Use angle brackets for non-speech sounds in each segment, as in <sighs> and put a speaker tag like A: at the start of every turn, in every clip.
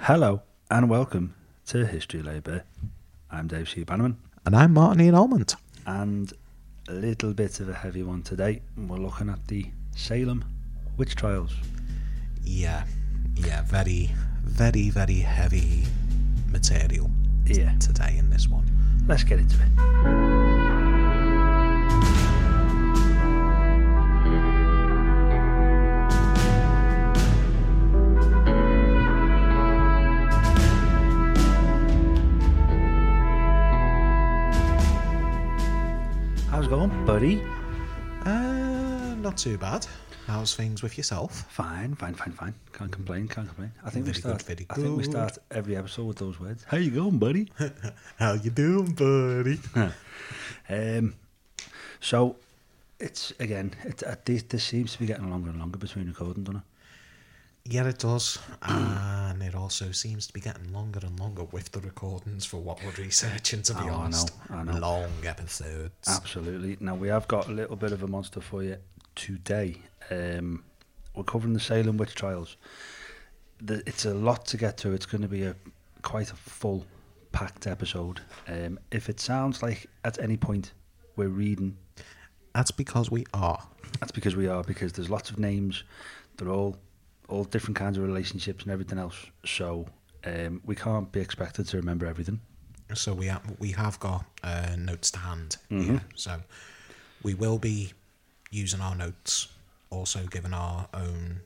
A: Hello and welcome to History Labour. I'm Dave Shee Bannerman,
B: And I'm Martin Ian Almond.
A: and a little bit of a heavy one today. We're looking at the Salem witch trials.
B: Yeah, yeah, very, very, very heavy material
A: Yeah,
B: today in this one.
A: let's get into it. How's it going, buddy?
B: Uh, not too bad. How's things with yourself?
A: Fine, fine, fine, fine. Can't complain, can't complain. I think we
B: Very
A: start.
B: good, very
A: I think we
B: good.
A: start every episode with those words. How you going, buddy?
B: <laughs> How you doing, buddy?
A: <laughs> um, so it's again. It, uh, this, this seems to be getting longer and longer between recording, doesn't it?
B: yeah, it does. and it also seems to be getting longer and longer with the recordings for what we're researching, to be
A: Oh, I
B: honest.
A: know, I know.
B: Long episodes.
A: Absolutely. Now we have got a little bit of a monster for you today. Um, we're covering the Salem witch trials. The, it's a lot to get to. It's going to be a quite a full, packed episode. Um, if it sounds like at any point we're reading
B: That's because we are.
A: That's because we are, because there's lots of names. They're all all different kinds of relationships and everything else. So um, we can't be expected to remember everything.
B: So we have, we have got uh, notes to hand.
A: Mhm.
B: here. So we will be using our notes, also giving our own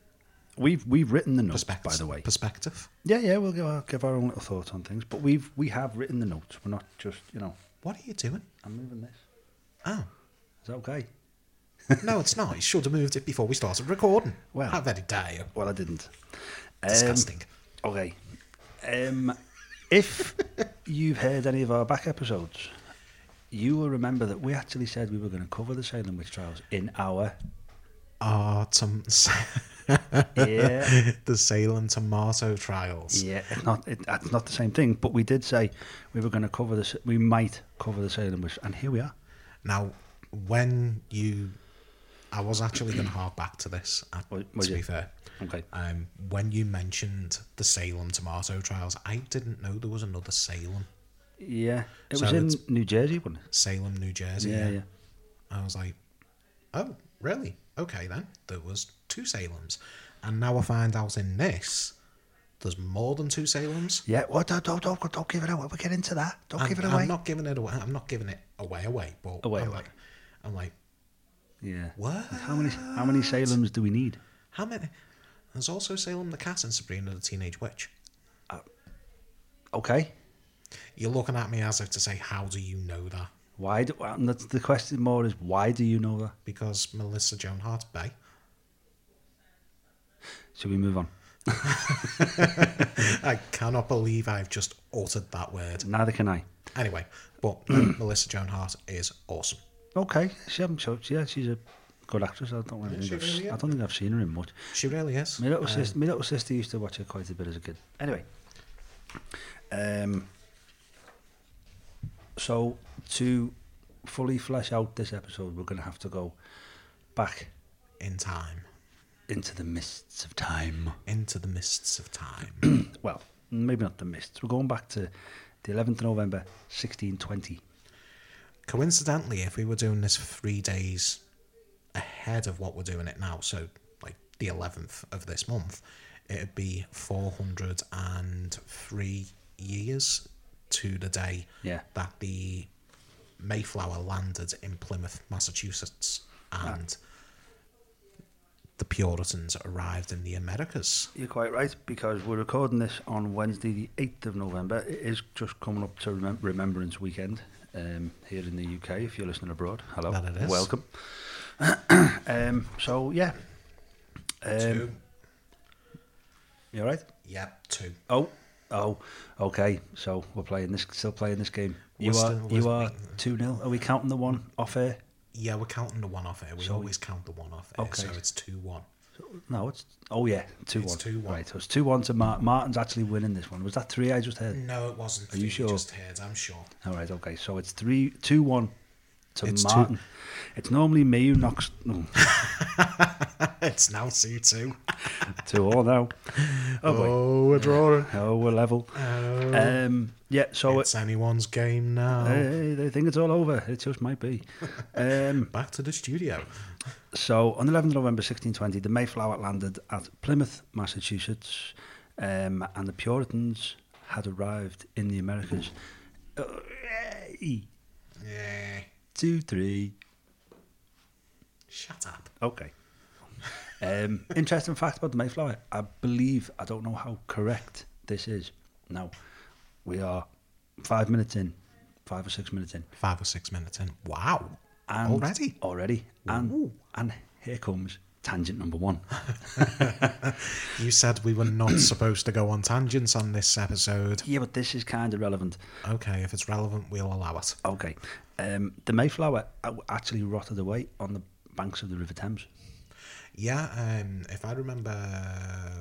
A: We've we've written the notes,
B: perspective.
A: Oh, by the way.
B: perspective.
A: Yeah, yeah, we'll give our, give our own little thoughts on things, but we've we have written the notes. We're not just you know.
B: What are you doing?
A: I'm moving this.
B: Oh <laughs>
A: Is that okay?
B: no, it's not. You should have moved it before we started recording.
A: Well-
B: how very dare you?
A: Well, I didn't. Um,
B: Disgusting.
A: Okay. Um, if you've heard any of our back episodes, you will remember that we actually said we were going to cover the Salem witch trials in
B: <laughs>
A: our
B: Ah, some
A: yeah
B: <laughs> the Salem tomato trials.
A: Yeah, it's not it, that's not the same thing. But we did say we were going to cover this. We might cover the Salem witch, and here we are.
B: Now, when you, I was actually going to hark back to this. uh,
A: Was-
B: to
A: was
B: be
A: you?
B: fair.
A: Okay.
B: Um, when you mentioned the Salem tomato trials, I didn't know there was another Salem,
A: Yeah, it
B: So
A: was in
B: it's-
A: New Jersey, wasn't it?
B: Salem, New Jersey.
A: Yeah, yeah.
B: I was like, oh, really? Okay, then there was two Salems, and now I find out in this, there's more than two Salems.
A: Yeah, well, don't, don't, don't, don't give it away. We'll get into that. Don't
B: I'm,
A: give it
B: I'm
A: away.
B: not giving it away. I'm not giving it away. Away, but
A: Away,
B: I'm
A: away.
B: like, I'm like,
A: yeah.
B: what?
A: How many how many Salems do we need?
B: How many? There's also Salem the cat and Sabrina the Teenage Witch.
A: Okay.
B: You're looking at me as if to say, how do you know that?
A: Why? Do, well, and that's the question more is why do you know that?
B: Because Melissa Joan Hart Bay.
A: Should we move on?
B: <laughs> I cannot believe I've just uttered that word.
A: Neither can I.
B: Anyway, but Melissa Joan Hart is awesome.
A: Okay. She haven't so yeah, she's a good actress. I don't really
B: she
A: think I've,
B: really
A: s-
B: is.
A: I don't think I've seen her in much.
B: She really is.
A: My little sister, my little sister used to watch her quite a bit as a kid. Anyway, um, so to fully flesh out this episode, we're going to have to go back
B: In time.
A: into the mists of time. <clears throat>
B: Into the mists of time.
A: Well, maybe not the mists. We're going back to the 11th of November, 1620.
B: Coincidentally, if we were doing this three days ahead of what we're doing it now, so like the 11th of this month, it'd be 403 years to the day
A: Yeah.
B: that the Mayflower landed in Plymouth, Massachusetts, and the Puritans arrived in the Americas.
A: You're quite right because we're recording this on Wednesday, the 8th of November. It is just coming up to remem- Remembrance Weekend um, here in the UK. If you're listening abroad, hello,
B: That it is.
A: welcome. <coughs> um, so yeah, um,
B: two.
A: you all right?
B: Yep, two.
A: Oh, oh, okay. So we're playing this, still playing this game. You
B: We're
A: are,
B: still-
A: you
B: we're-
A: are two 0 Are we counting the one off air?
B: Yeah, we're counting the one off here. We always count the one off here,
A: Okay.
B: so it's 2 1.
A: No, it's oh yeah, two
B: It's 2-1.
A: Right, so it's two one to Mar- Martin's actually winning this one. Was that three I just heard?
B: No, it wasn't.
A: Are you
B: We
A: sure?
B: Just heard, I'm sure.
A: All right, okay. So it's three, two, one to
B: It's too-
A: Martin. It's normally me who knocks. No,
B: it's now C2.
A: two all now. Oh, boy.
B: Oh, we're drawing.
A: Oh, we're level. Um, yeah, so it,
B: It's anyone's game now.
A: hey, they think it's all over. It just might be. Um,
B: Back to the studio.
A: so on the 11th of November 1620, the Mayflower landed at Plymouth, Massachusetts, um, and the Puritans had arrived in the Americas. Hooray!
B: Yeah.
A: Two, three.
B: Shut up.
A: Okay. Um, <laughs> interesting fact about the Mayflower. I believe, I don't know how correct this is. Now, we are five minutes in, five or six minutes in.
B: Five or six minutes in. Wow.
A: And
B: Already?
A: Already. And,
B: Ooh.
A: and here comes tangent number
B: <laughs>
A: one.
B: You said we
A: <clears throat>
B: were not supposed to go on tangents on this episode.
A: yeah, but this is kind of relevant.
B: Okay, if it's relevant, we'll allow it.
A: Okay. Um, the Mayflower a- actually rotted away on the banks of the River Thames
B: Yeah, um, if I remember,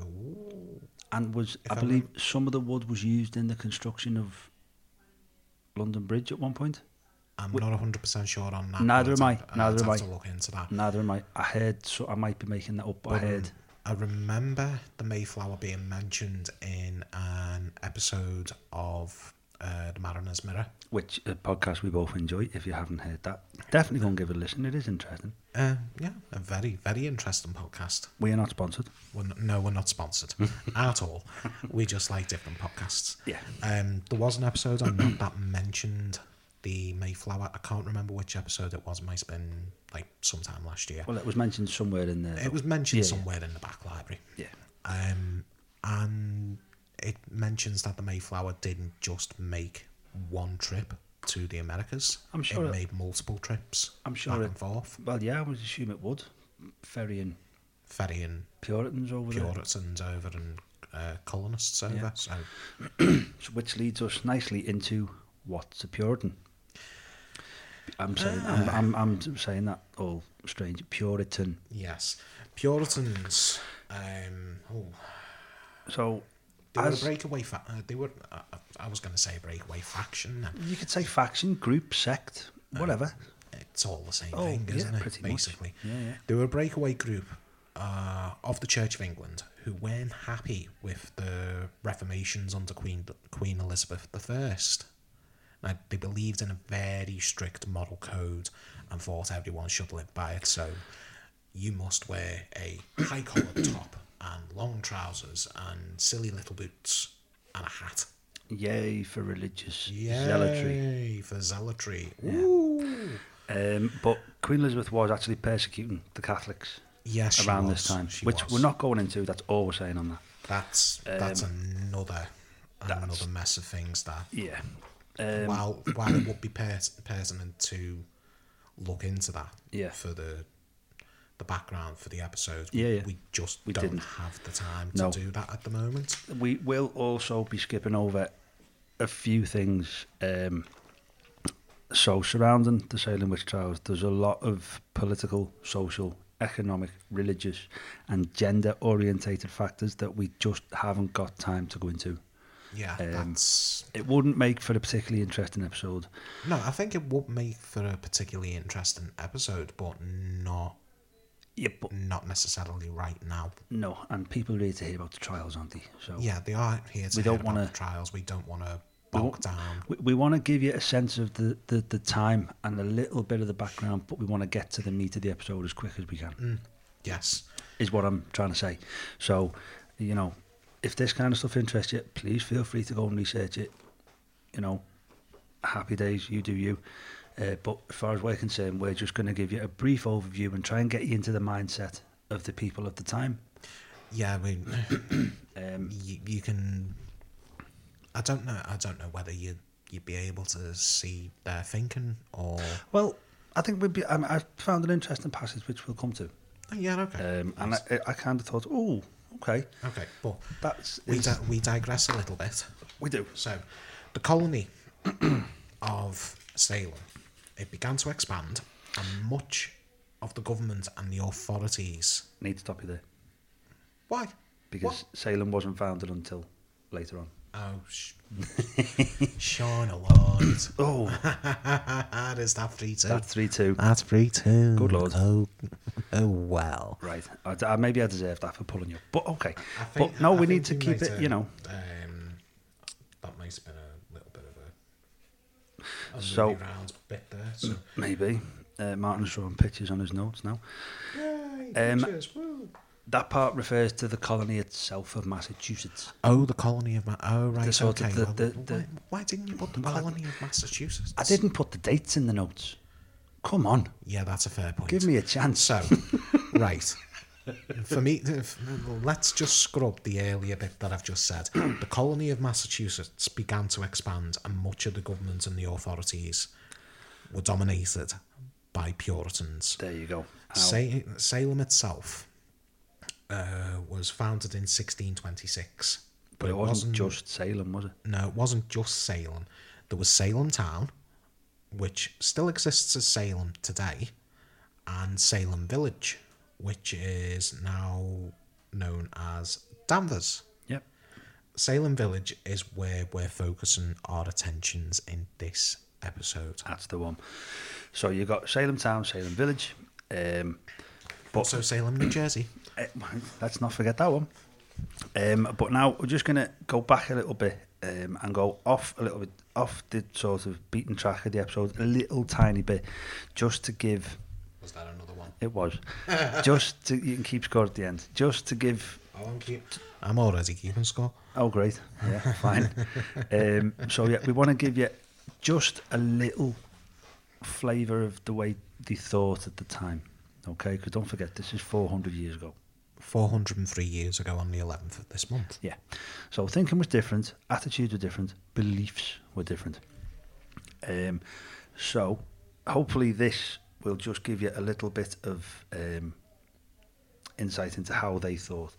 B: ooh,
A: and was, I
B: I
A: believe, some of the wood was used in the construction of London Bridge at one point.
B: I'm not 100% sure on that.
A: Neither
B: but
A: am I,
B: I'd have- I'd
A: neither am
B: have
A: I.
B: To look into that.
A: Neither am I. I heard, so I might be making that up, but I heard.
B: I remember the Mayflower being mentioned in an episode of uh, The Mariner's Mirror.
A: Which a podcast we both enjoy. If you haven't heard that, definitely go and give it a listen. It is interesting.
B: Uh, yeah, a very, very interesting podcast.
A: We are not sponsored.
B: We're n no, we're
A: <laughs>
B: not sponsored at all. We just like different podcasts.
A: Yeah.
B: Um, there was an episode on that that mentioned the Mayflower. I can't remember which episode it was. It might have been like sometime last year.
A: Well, it was mentioned somewhere in there.
B: it was mentioned
A: yeah, yeah.
B: somewhere in the back library.
A: Yeah.
B: Um, and it mentions that the Mayflower didn't just make one trip to the Americas.
A: I'm sure
B: it
A: it-
B: made multiple trips.
A: I'm sure
B: back
A: it-
B: and forth,
A: Well, yeah, I would assume it would. Ferrying
B: ferrying
A: Puritans over
B: Puritans over and uh, colonists over.
A: Yeah.
B: So
A: there, so- which leads us nicely into what's a Puritan. I'm saying I'm, I'm, I'm saying that all strange Puritan.
B: yes, Puritans. Um, oh,
A: So
B: they were a
A: As-
B: breakaway. Fa- uh, they were. Uh, I was going to say breakaway faction. then.
A: you could say faction, group, sect, whatever.
B: It's all the same
A: Oh,
B: thing,
A: yeah,
B: isn't it?
A: pretty much.
B: Basically,
A: Yeah, yeah.
B: They were a breakaway group uh, of the Church of England who weren't happy with the reformations under Queen Queen Elizabeth I. Now, they believed in a very strict moral code and thought everyone should live by it. So, you must wear a high collared <coughs> top and long trousers and silly little boots and a hat.
A: Yay for religious
B: Yay
A: zealotry.
B: for zealotry! Ooh.
A: Um, but Queen Elizabeth was actually persecuting the Catholics
B: Yes, she
A: around
B: was,
A: this time,
B: she
A: which
B: was.
A: we're not going into. That's all we're saying on that.
B: That's that's
A: Um,
B: another another mess of things that
A: Yeah. Um,
B: while while it would be pers- pertinent to look into that
A: Yeah.
B: for the the background for the episode
A: Yeah, yeah.
B: we just
A: We
B: don't
A: didn't.
B: have the time to
A: No.
B: do that at the moment
A: we will also be skipping over a few things. Um, so, surrounding the Salem Witch Trials, there's a lot of political, social, economic, religious, and gender orientated factors that we just haven't got time to go into.
B: yeah
A: Um,
B: that's
A: It wouldn't make for a particularly interesting episode.
B: no i think it would make for a particularly interesting episode but not
A: Yeah, but
B: not necessarily right now
A: no, and people are here to hear about the trials, aren't they? So,
B: yeah they are here to
A: We
B: hear
A: don't
B: about
A: wanna-
B: the trials we don't want to
A: We
B: bog
A: won't-
B: down
A: We, we want to give you a sense of the, the, the time and a little bit of the background, but we want to get to the meat of the episode as quick as we can,
B: Hmm. yes
A: is what I'm trying to say. So, you know, if this kind of stuff interests you, please feel free to go and research it. You know, happy days, you do you. Uh, but as far as we're concerned, we're just going to give you a brief overview and try and get you into the mindset of the people of the time.
B: yeah we <clears throat>
A: Um,
B: you, you can i don't know i don't know whether you you'd be able to see their thinking or
A: well, I think we'd be. I, I found an interesting passage which we'll come to.
B: Oh, yeah okay
A: Um, and I, I kind of thought, oh, okay,
B: okay but
A: that's
B: we,
A: it's-
B: di- we digress a little bit
A: we do.
B: so the
A: <clears throat>
B: colony of salem it began to expand and much of the government and the authorities
A: Need to stop you there
B: why
A: because
B: What?
A: Salem wasn't founded until later on.
B: Oh,
A: <laughs>
B: sh- Sean Lord.
A: Oh,
B: There's <laughs> that 3 2.
A: that 3 2.
B: That's 3 2.
A: Good lord.
B: Oh, <laughs> oh well.
A: Right. I, I- maybe I deserve that for pulling you. But okay.
B: I think-
A: but no,
B: I
A: we
B: think
A: need to
B: we
A: keep
B: might,
A: it, you
B: um,
A: know.
B: Um, that might have been a little bit of a. a
A: So-
B: movie round bit there. So.
A: Maybe. Uh, Martin's drawing pictures on his notes now.
B: Yay,
A: Um,
B: pictures, woo.
A: That part refers to the colony itself of Massachusetts.
B: Oh, the colony of Ma- oh right,
A: The sort of
B: okay.
A: the-
B: well,
A: the-
B: why, why didn't you put the colony of Massachusetts?
A: I didn't put the dates in the notes. Come on.
B: Yeah, that's a fair point.
A: Give me a chance.
B: So, <laughs> right. For me, if- let's just scrub the earlier bit that I've just said. The colony of Massachusetts began to expand, and much of the government and the authorities were dominated by Puritans.
A: There you go. Ow.
B: Sa- Salem itself uh, was founded in 1626,
A: but it wasn't just Salem, was it?
B: no, it wasn't just Salem. There was Salem Town, which still exists as Salem today, and Salem Village, which is now known as Danvers.
A: Yep.
B: Salem Village is where we're focusing our attentions in this episode.
A: That's the one. So you got Salem Town, Salem Village. Um, but
B: Also, Salem, New Jersey. <clears throat>
A: Uh, let's not forget that one. Um, but now we're just going to go back a little bit um, and go off a little bit, off the sort of beaten track of the episode a little tiny bit, just to give
B: Was that another one?
A: it was, just to you can keep score at the end, just to give.
B: Oh, I'm keep. I'm already keeping score.
A: Oh, great, yeah, fine. um, so yeah, we want to give you just a little flavour of the way they thought at the time. Okay, because don't forget this is 400 years ago.
B: 403 years ago on the 11th of this month.
A: Yeah. So thinking was different, attitudes were different, beliefs were different. Um, so hopefully this will just give you a little bit of um, insight into how they thought.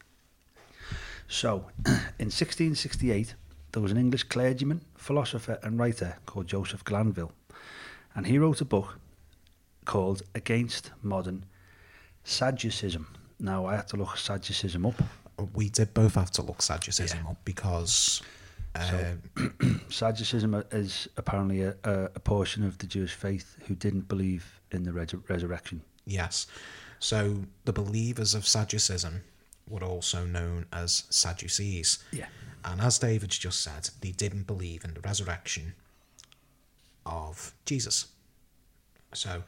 A: So <clears throat> in 1668, there was an English clergyman, philosopher, and writer called Joseph Glanville, and he wrote a book called Against Modern Sadducism. Now I had to look Sadducism up.
B: We did both have to look Sadducism up because. Uh,
A: Sadducism is apparently a, a, a portion of the Jewish faith who didn't believe in the res- resurrection.
B: Yes. So the believers of Sadducism were also known as Sadducees.
A: Yeah.
B: And as David's just said, they didn't believe in the resurrection of Jesus. So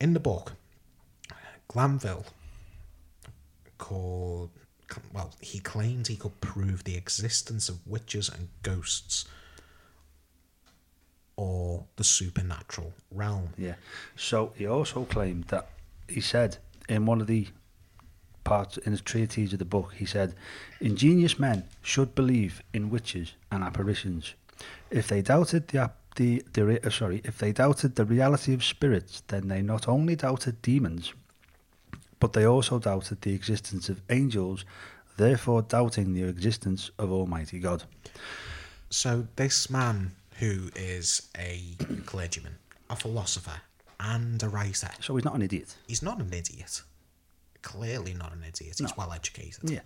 B: in the book, Glanville called, well, he claimed he could prove the existence of witches and ghosts or the supernatural realm.
A: Yeah. So he also claimed that he said in one of the parts in his treatise of the book, he said, ingenious men should believe in witches and apparitions. If they doubted the ap- the, the re- uh, sorry, if they doubted the reality of spirits, then they not only doubted demons, but they also doubted the existence of angels, therefore doubting the existence of Almighty God.
B: So this man who is a clergyman, a philosopher, and a writer,
A: So he's not an idiot.
B: he's not an idiot. Clearly not an idiot. He's
A: No.
B: well educated.
A: Yeah.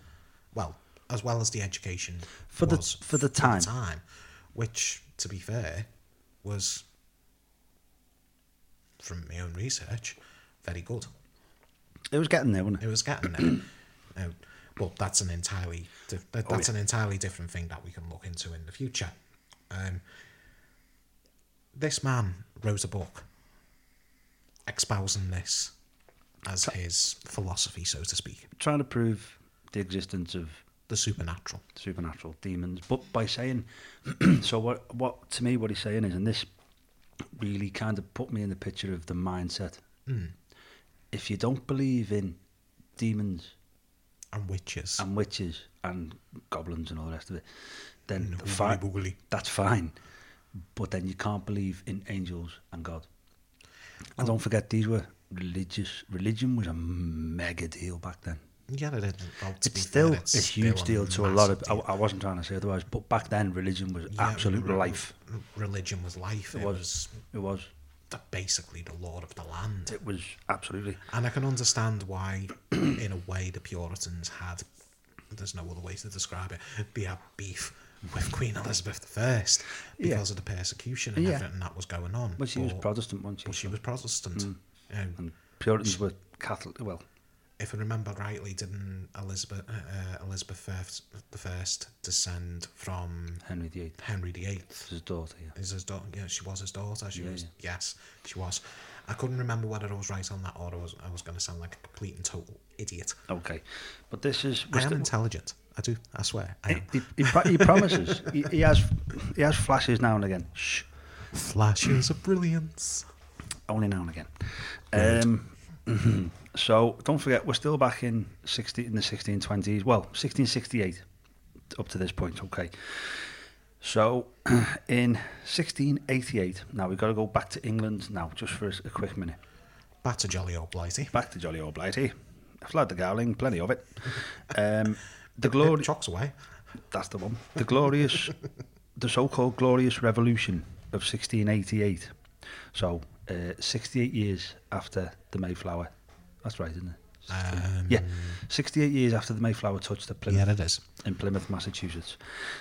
B: Well, as well as the education
A: For the-
B: was
A: for the time.
B: which, to be fair, was from my own research, very good.
A: It was getting there, wasn't
B: It
A: it?
B: was getting there. <clears throat> now, but that's an entirely dif- that,
A: Oh,
B: that's an entirely different thing that we can look into in the future. Um, this man wrote a book espousing this as his philosophy, so to speak,
A: Trying to prove the existence of
B: the supernatural.
A: supernatural demons, but by saying <clears throat> so what what to me what he's saying is, and this really kind of put me in the picture of the mindset. If you don't believe in demons
B: And witches.
A: and witches and goblins and all the rest of it, then
B: Oogly
A: fi-
B: boogly.
A: that's fine. But then you can't believe in angels and God. And don't forget, these were religious. Religion was a mega deal back then.
B: Yeah, it is. Well, to
A: It's
B: be fair,
A: still
B: it's
A: a huge
B: still
A: deal to a lot
B: massive
A: of.
B: deal.
A: I, I wasn't trying to say otherwise, but back then religion was
B: Yeah,
A: absolute
B: re-
A: life.
B: Religion was life. It,
A: was.
B: was,
A: It was.
B: the basically the law of the land.
A: It was absolutely.
B: And I can understand why, <clears throat> in a way, the Puritans had, there's no other way to describe it, they had beef with Queen Elizabeth I
A: Yeah.
B: because of the persecution and
A: Yeah.
B: everything that was going on.
A: But she was
B: But-
A: Protestant, wasn't she?
B: But she was Protestant. Um,
A: and Puritans were Catholic. Well,
B: if I remember rightly, didn't Elizabeth uh, Elizabeth I- the First descend from
A: Henry VIII
B: Henry VIII?
A: was his daughter. Yeah.
B: Is his daughter? Yeah, she was his daughter. She
A: Yeah,
B: was yes, she was. I couldn't remember whether I was right on that or I was I was going to sound like a complete and total idiot.
A: Okay, but this is.
B: I
A: we're
B: am
A: still-
B: intelligent. I do. I swear. I
A: he,
B: am.
A: he, he, pro- he promises. he, he has he has flashes now and again. Shh,
B: Flashes of brilliance.
A: only now and again. Um, so don't forget, we're still back in sixty in the sixteen twenties. Well, sixteen sixty eight up to this point. Okay. So <clears throat> in sixteen eighty eight. Now we've got to go back to England now, just for a, s- a quick minute.
B: Back to jolly old Blighty.
A: Back to jolly old Blighty. I've had the Gowling, plenty of it. Um, the
B: <laughs>
A: glory.
B: Chocks away.
A: That's the one. The glorious, <laughs> the so-called glorious revolution of 1688. So, uh, 68 years after the Mayflower. That's right, isn't it?
B: Um,
A: Yeah, 68 years after the Mayflower touched the Plymouth
B: Yeah, it is.
A: in Plymouth, Massachusetts.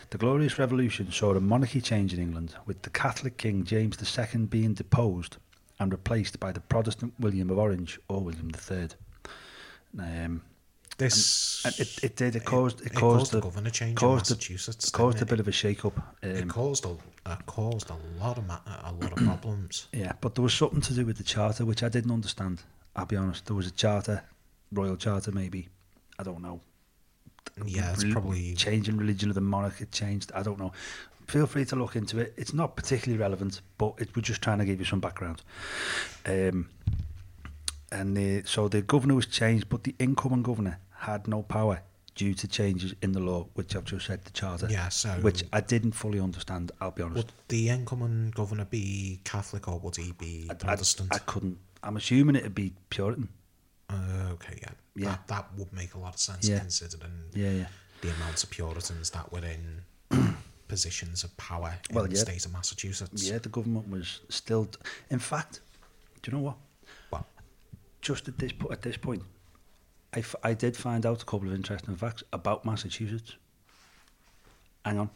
A: The Glorious Revolution saw a monarchy change in England, with the Catholic King James II being deposed and replaced by the Protestant William of Orange or William III. Um,
B: This
A: and it, it did. It caused. It,
B: it
A: caused,
B: the
A: the
B: governor change
A: caused the-
B: in Massachusetts. didn't
A: caused a
B: it?
A: bit of a shake-up.
B: It
A: Um,
B: caused a it caused a lot of ma- a lot
A: <clears throat>
B: of problems.
A: Yeah, but there was something to do with the charter which I didn't understand. I'll be honest. There was a charter, royal charter maybe. I don't know.
B: Yeah, it's
A: Rel-
B: probably
A: changing religion of the monarch. It changed. I don't know. Feel free to look into it. It's not particularly relevant, but it, we're just trying to give you some background. Um, and the, so the governor was changed, but the incoming governor had no power due to changes in the law, which I've just said the charter,
B: yeah. So
A: which I didn't fully understand. I'll be honest.
B: would the incoming governor be Catholic or would he be
A: I- I-
B: Protestant?
A: I couldn't. I'm assuming it'd be Puritan.
B: Uh, okay, yeah,
A: Yeah.
B: That, that would make a lot of sense
A: Yeah.
B: considering
A: Yeah, yeah.
B: the amount of Puritans that were
A: <clears throat>
B: in positions of power in
A: Well,
B: the
A: yeah.
B: state of Massachusetts.
A: Yeah, the government was still. In fact, do you know what?
B: Well,
A: Just at this po- at this point, I, f- I did find out a couple of interesting facts about Massachusetts. Hang on,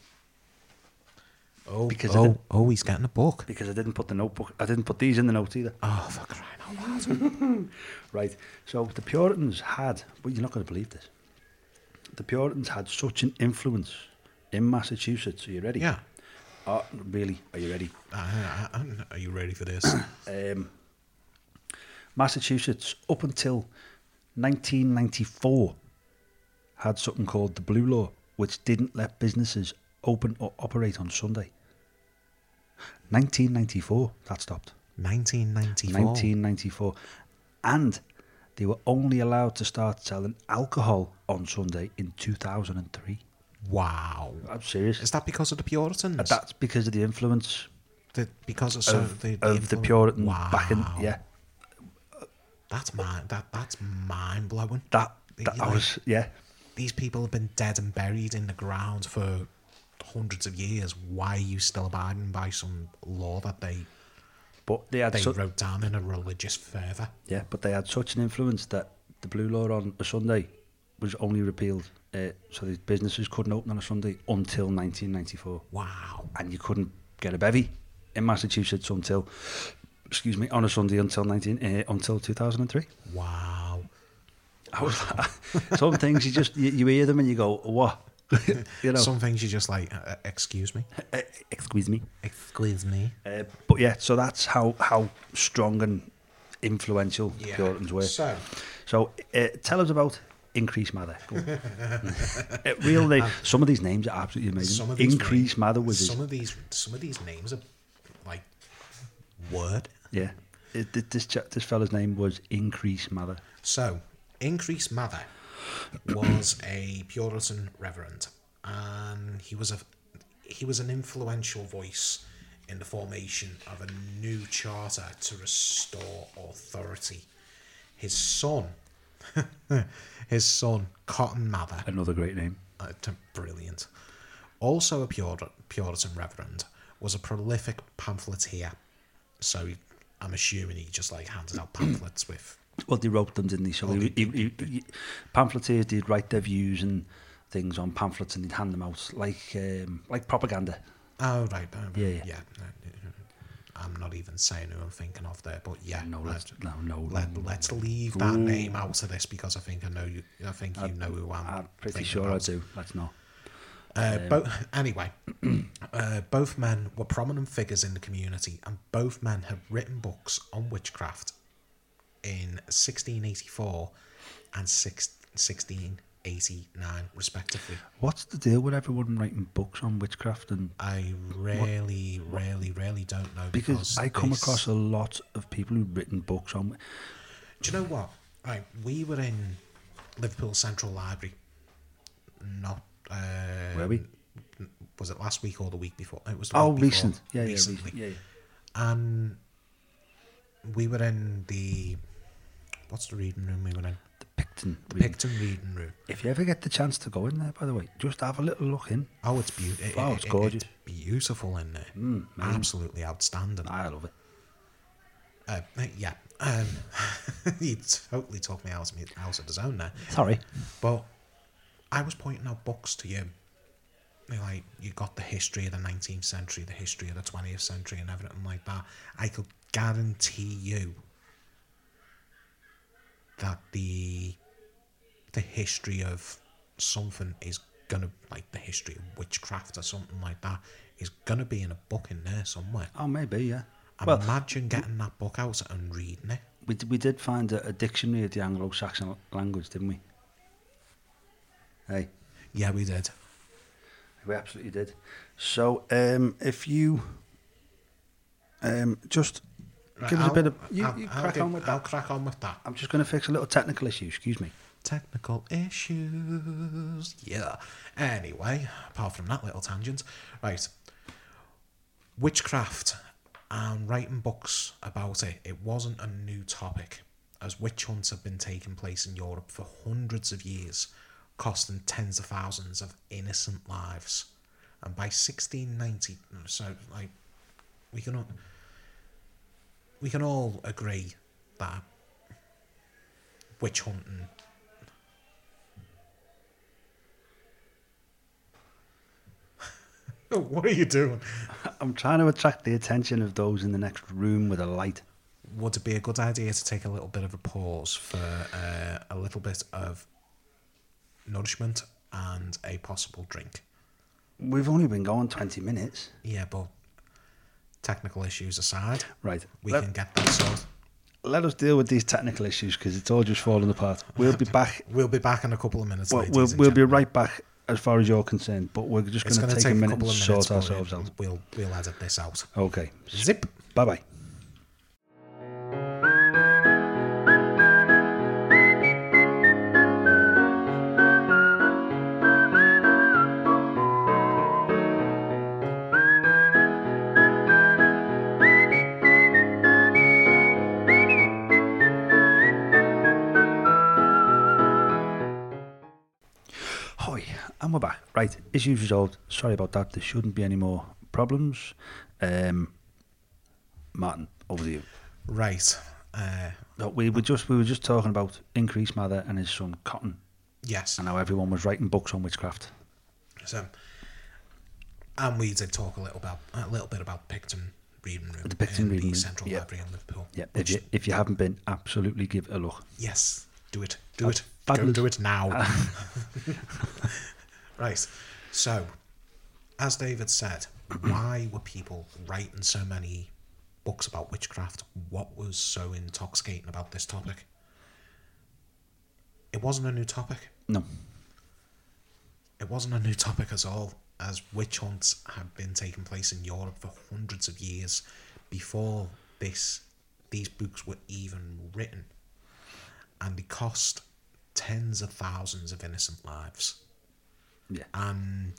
B: oh,
A: Because of
B: oh,
A: the-
B: oh, he's getting a book.
A: because I didn't put the notebook. I didn't put these in the notes either.
B: Oh, for crying out loud!
A: <laughs> Right. So the Puritans had, well, you're not going to believe this. The Puritans had such an influence in Massachusetts. Are you ready?
B: Yeah.
A: Oh, really? Are you ready?
B: Uh, uh, uh, are you ready for this?
A: <clears throat> um, Massachusetts up until 1994 had something called the Blue Law, which didn't let businesses open or operate on Sunday. 1994 that stopped.
B: 1994.
A: 1994, and they were only allowed to start selling alcohol on Sunday in 2003.
B: Wow.
A: I'm serious.
B: Is that because of the Puritans?
A: That's because of the influence
B: The- because of, so
A: of,
B: the, the
A: of the
B: influ-
A: Puritan back in.
B: Wow.
A: Yeah,
B: That's mind that that's mind blowing.
A: that,
B: You
A: that I
B: like-
A: was. Yeah,
B: These people have been dead and buried in the ground for hundreds of years. Why are you still abiding by some law that they
A: but they had
B: they
A: so-
B: wrote down in a religious fervour?
A: Yeah, but they had such an influence that the blue law on a Sunday was only repealed, uh, so the businesses couldn't open on a Sunday until 1994,
B: Wow.
A: and you couldn't get a bevy in Massachusetts until, excuse me, on a Sunday until 19 uh, until 2003.
B: Wow.
A: I was some things you just you, you hear them and you go what, you know,
B: Some things you're just like, uh, uh, excuse me.
A: uh, excuse me.
B: Excuse me.
A: Uh, but yeah, so that's how how strong and influential the Puritans were.
B: So,
A: So uh, tell us about Increase Mather. Go on. <laughs> Uh, Real name. Some of these names are absolutely amazing.
B: Ah. some of these
A: Increase
B: names,
A: Mather was his.
B: some of these some of these names are like word
A: yeah. It, th- this cha- this fella's name was Increase Mather.
B: So, Increase Mather was a Puritan reverend, and he was a he was an influential voice in the formation of a new charter to restore authority. His son, <laughs> his son Cotton Mather,
A: Another great name.
B: uh, t- brilliant. Also a Pur- Puritan reverend, was a prolific pamphleteer. So he, I'm assuming he just like handed out pamphlets with Oh,
A: Well, they wrote them, didn't they? So he, he, he, he- pamphleteers did write their views and things on pamphlets and he'd hand them out like um, like propaganda.
B: Oh, right. uh,
A: Yeah, yeah.
B: no, no, no. I'm not even saying who I'm thinking of there, but yeah.
A: No,
B: let's,
A: let's Mm. no no.
B: let,
A: no.
B: let's leave that
A: Ooh.
B: name out of this because I think I know you. I think you know who I'm.
A: I'm pretty
B: thinking
A: sure I
B: about.
A: do. Let's not.
B: Uh, bo- anyway, <clears throat> uh, both men were prominent figures in the community, and both men had written books on witchcraft in 1684 and six- 1689, respectively.
A: What's the deal with everyone writing books on witchcraft and
B: I really, really, really don't know
A: because I come
B: this-
A: across a lot of people who've written books on
B: Do you know what? Right, we were in Liverpool Central Library. Not. Uh,
A: were we?
B: Was it last week or the week before? It was. The
A: Oh,
B: week before,
A: recent. Yeah, yeah,
B: recently.
A: recent. Yeah, yeah.
B: and we were in the what's the reading room we were in?
A: The Picton.
B: The
A: reading.
B: Picton reading room.
A: If you ever get the chance to go in there, by the way, just have a little look in.
B: Oh, it's beautiful.
A: Oh, it's gorgeous. Hmm,
B: beautiful in there. Absolutely outstanding.
A: I love it.
B: Uh, yeah, um, <laughs> he totally took me out of me out of the zone there.
A: Sorry.
B: But I was pointing out books to you. They're Like you got the history of the nineteenth century, the history of the twentieth century, and everything like that. I could guarantee you that the the history of something is gonna like the history of witchcraft or something like that is gonna be in a book in there somewhere.
A: Oh, maybe, yeah. Well,
B: Imagine getting that book out and reading it.
A: we, d- we did find a, a dictionary of the Anglo Saxon language, didn't we? Hey,
B: Yeah, we did.
A: we absolutely did. So, um, if you um, just
B: Right,
A: give us a
B: I'll-
A: bit of. You,
B: I'll-
A: you
B: I'll
A: crack
B: give-
A: on with
B: I'll
A: that.
B: crack on with that.
A: I'm just going to fix a little technical issue, excuse me.
B: technical issues. Yeah. Anyway, apart from that little tangent, right. Witchcraft and writing books about it, it wasn't a new topic, as witch hunts have been taking place in Europe for hundreds of years, costing tens of thousands of innocent lives. And by 1690, so like, we can all, we can all agree that witch hunting <laughs> what are you doing?
A: I'm trying to attract the attention of those in the next room with a light.
B: Would it be a good idea to take a little bit of a pause for uh, a little bit of nourishment and a possible drink?
A: We've only been going 20 minutes.
B: Yeah, but technical issues aside,
A: Right.
B: we
A: let,
B: can get that sorted.
A: let us deal with these technical issues because it's all just falling apart. We'll be
B: <laughs>
A: back.
B: We'll be back in a couple of minutes.
A: We'll,
B: ladies
A: we'll,
B: and
A: we'll be
B: gentlemen.
A: right back as far as you're concerned, but we're just
B: It's
A: going to
B: gonna
A: take, a
B: couple
A: minute and
B: of minutes,
A: sort
B: but
A: ourselves out.
B: We'll we'll edit this out.
A: Okay.
B: Zip.
A: Bye bye. Hi, and we're back. Right, issues resolved. Sorry about that. There shouldn't be any more problems. Um, Martin, over to you.
B: Right. Uh,
A: No, we were just we were just talking about Increase Mather and his son Cotton,
B: yes.
A: and how everyone was writing books on witchcraft.
B: So, and we did talk a little about a little bit about Picton Reading Room,
A: The Picton
B: in
A: Reading
B: the
A: Room,
B: Central
A: yeah.
B: Library in Liverpool.
A: Yeah, if
B: which-
A: you, if you haven't been, absolutely give it a look.
B: Yes, do it, do
A: Oh, Ah.
B: it,
A: fabulous.
B: go do
A: <laughs>
B: it now. <laughs> right. So, as David said,
A: <clears throat>
B: why were people writing so many books about witchcraft? What was so intoxicating about this topic? It wasn't a new topic.
A: No,
B: It wasn't a new topic at all, as witch hunts had been taking place in Europe for hundreds of years before this these books were even written. And they cost tens of thousands of innocent lives.
A: yeah,
B: And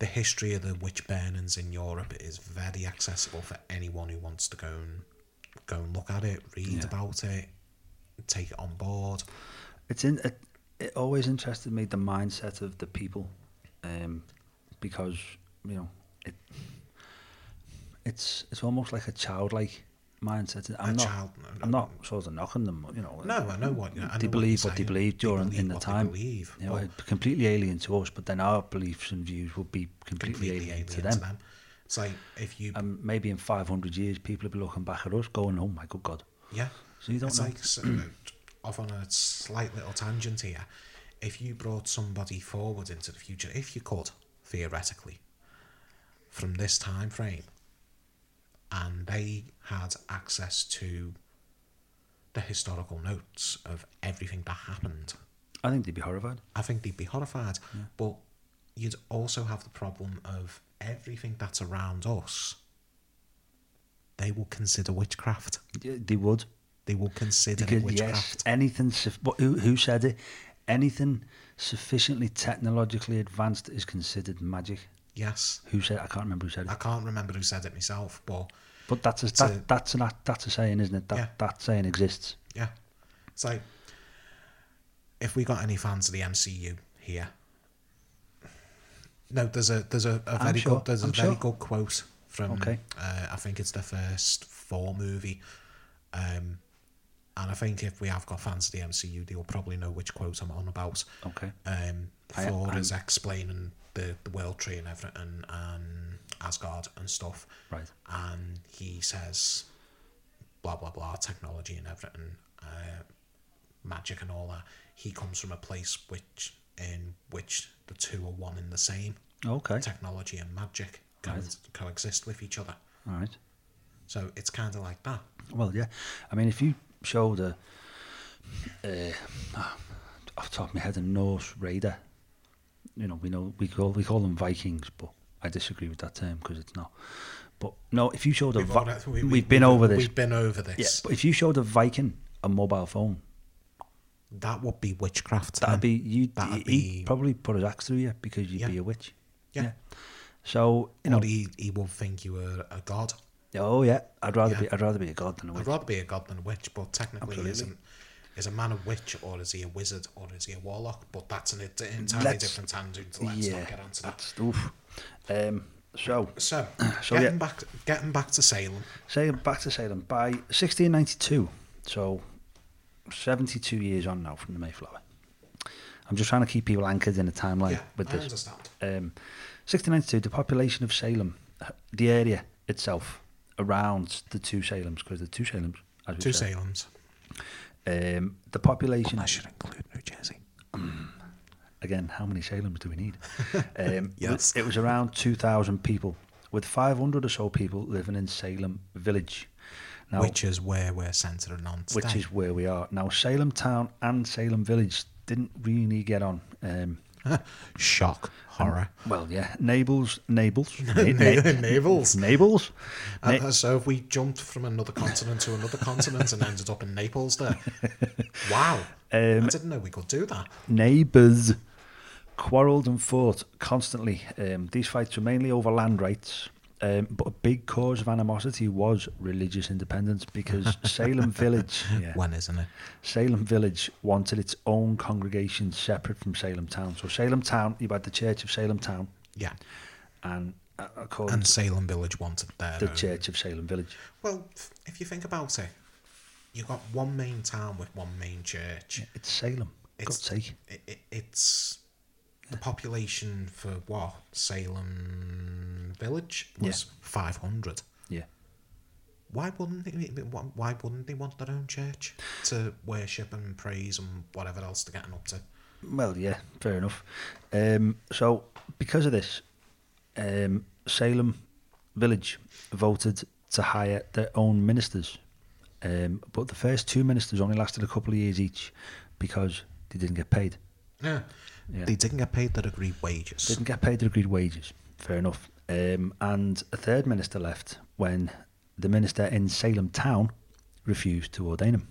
B: the history of the witch burnings in Europe is very accessible for anyone who wants to go and go and look at it, read
A: Yeah.
B: about it, take it on board.
A: it's in it, it. always interested me the mindset of the people, um, because you know it. It's it's almost like a childlike mindset.
B: a
A: I'm not.
B: child. No,
A: I'm not sort of knocking them. You know.
B: No, I know what. I know
A: They
B: what
A: believe
B: you're
A: what they
B: saying.
A: believe during
B: believe
A: in the
B: what
A: time.
B: They believe,
A: You know,
B: but
A: it's completely alien to us, but then our beliefs and views would be completely,
B: completely
A: alien, to them. Um,
B: It's like if you,
A: And maybe in 500 years, people will be looking back at us going, oh my good God.
B: yeah,
A: So you don't
B: it's
A: know.
B: like so, off on a slight little tangent here. If you brought somebody forward into the future, if you could theoretically, from this time frame, and they had access to the historical notes of everything that happened,
A: I think they'd be horrified.
B: I think they'd be horrified. But you'd also have the problem of everything that's around us. They will consider witchcraft.
A: Yeah, They would.
B: They will consider it
A: Because, yes,
B: witchcraft.
A: anything, suff- what- who, who said it? Anything sufficiently technologically advanced is considered magic.
B: Yes.
A: Who said I can't remember who said
B: I
A: it.
B: can't remember who said it myself, but
A: But that's a,
B: it's a-
A: that, that's an that's a saying, isn't it? That
B: Yeah.
A: that saying exists.
B: yeah. It's like, if we got any fans of the MCU here, no, there's a there's a, a
A: I'm
B: very
A: sure,
B: good there's
A: I'm
B: a very
A: sure.
B: good quote from
A: Okay.
B: uh, I think it's the first four movie, um, and I think if we have got fans of the MCU, they'll probably know which quote I'm on about.
A: Okay.
B: Um,
A: I-
B: Thor
A: I'm-
B: is explaining the the World Tree and everything and Asgard and stuff,
A: Right.
B: and he says blah blah blah technology and everything uh, magic and all that he comes from a place which in which the two are one and the same
A: Okay.
B: technology and magic can coexist with each other
A: All right.
B: so it's kind of like that
A: Well, yeah. I mean, if you showed a, uh, off the top of my head, a Norse raider, you know, we know we call we call them Vikings, but I disagree with that term because it's not. But no, if you showed a,
B: we've,
A: Vi-
B: already- we- we-
A: we've been over this.
B: we've been over this
A: yeah, but if you showed a Viking a mobile phone,
B: that would be witchcraft
A: that'd
B: then.
A: be you.
B: That'd
A: He'd
B: be-
A: probably put his axe through you because you'd
B: Yeah.
A: be a witch.
B: Yeah.
A: So you know,
B: or he, he will think you were a god
A: oh yeah, I'd rather
B: Yeah.
A: be I'd rather be a god than a witch.
B: I'd rather be a god than a witch, but technically, he
A: Absolutely.
B: isn't is a man a witch or is he a wizard or is he a warlock? But that's an ent- entirely
A: Let's-
B: different tangent. Let's
A: yeah,
B: not get onto that.
A: that's oof. Um, so <clears throat>
B: So,
A: So,
B: getting
A: yeah.
B: back getting back to Salem,
A: Salem, back to Salem by 1692. So 72 years on now from the Mayflower. I'm just trying to keep people anchored in a timeline
B: yeah,
A: with
B: I
A: this.
B: understand.
A: Um, 1692, the population of Salem, the area itself around the two Salems, because the two Salems, as we
B: Two
A: said,
B: Salems.
A: um, the population
B: I should include New Jersey.
A: again, how many Salems do we
B: <laughs>
A: need? Um,
B: Yes.
A: It was around 2,000 people, with 500 or so people living in Salem Village. Now,
B: Which is where we're centering on today.
A: which is where we are now. Salem Town and Salem Village didn't really get on. Um,
B: <laughs> shock, horror.
A: well, yeah, Nables, Nables, <laughs>
B: Naples.
A: Nables. Na-
B: And Uh, so if we jumped from another continent to another continent and ended up in
A: <laughs>
B: Naples there. Wow.
A: Um,
B: I didn't know we could do that.
A: neighbours quarrelled and fought constantly. Um, these fights were mainly over land rights, um, but a big cause of animosity was religious independence <laughs> because Salem Village, yeah,
B: When, isn't it?
A: Salem Village wanted its own congregation separate from Salem Town. So Salem Town, you had the Church of Salem Town,
B: Yeah.
A: and uh, according
B: And Salem Village wanted their
A: the
B: own.
A: Church of Salem Village.
B: Well, f- if you think about it, you've got one main town with one main church.
A: It's Salem.
B: It's-
A: God's sake.
B: It, it, it's the population for what? Salem Village was 500.
A: Yeah.
B: Why wouldn't they, wh- why wouldn't they want their own church to worship and praise and whatever else they're getting up to?
A: Well, yeah, fair enough. Um, so, because of this, um, Salem Village voted to hire their own ministers. Um, but the first two ministers only lasted a couple of years each because they didn't get paid.
B: Yeah.
A: Yeah.
B: They didn't get paid their agreed wages.
A: Didn't get paid their agreed wages. Fair enough. Um, and a third minister left when the minister in Salem town refused to ordain him.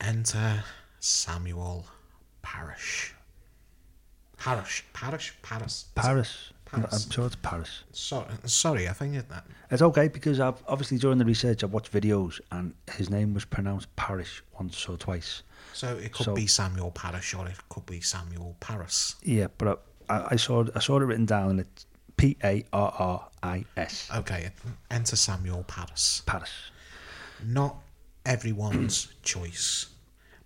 B: Enter Samuel Parish. Parish. Parish. Paris.
A: Paris.
B: Paris.
A: I'm sure it's Paris.
B: Sorry, sorry, I think it, that
A: It's okay because I've obviously during the research I've watched videos and his name was pronounced Parish once or twice.
B: so it could
A: So-
B: be Samuel Parish or it could be Samuel Paris.
A: Yeah, but I, I saw I saw it written down and it's P A R R I S.
B: Okay, enter Samuel Paris.
A: Paris.
B: Not everyone's <clears throat> choice,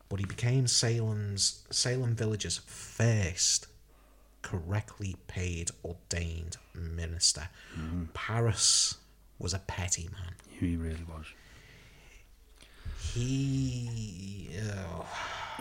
B: but he became Salem's Salem Village's first correctly paid ordained minister. Paris was a petty man.
A: He really was.
B: He, oh,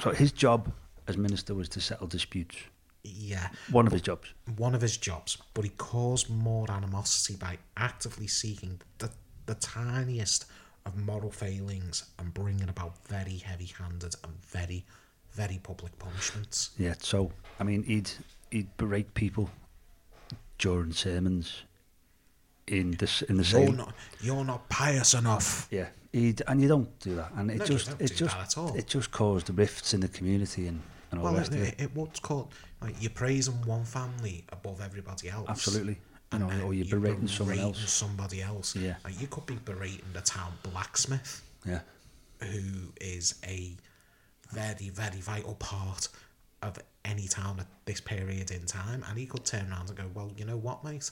A: So his job as minister was to settle disputes.
B: yeah,
A: One of his jobs.
B: one of his jobs, but he caused more animosity by actively seeking the, the tiniest of moral failings and bringing about very heavy handed and very, very public punishments.
A: Yeah. So I mean, he'd he'd berate people during sermons in this in the
B: You're
A: same.
B: not, you're not pious enough.
A: Yeah. He'd, and you don't do that, and it
B: No, you
A: just
B: don't
A: it
B: do
A: just
B: that at all.
A: it just caused rifts in the community and, and all
B: Well,
A: the rest
B: it,
A: of it.
B: it, it what's called like you're praising one family above everybody else.
A: Absolutely. You know, or you're berating someone
B: berating
A: else.
B: somebody else.
A: Yeah.
B: Like, you could be berating the town blacksmith.
A: Yeah.
B: who is a very, very vital part of any town at this period in time. And he could turn around and go, Well, you know what, mate?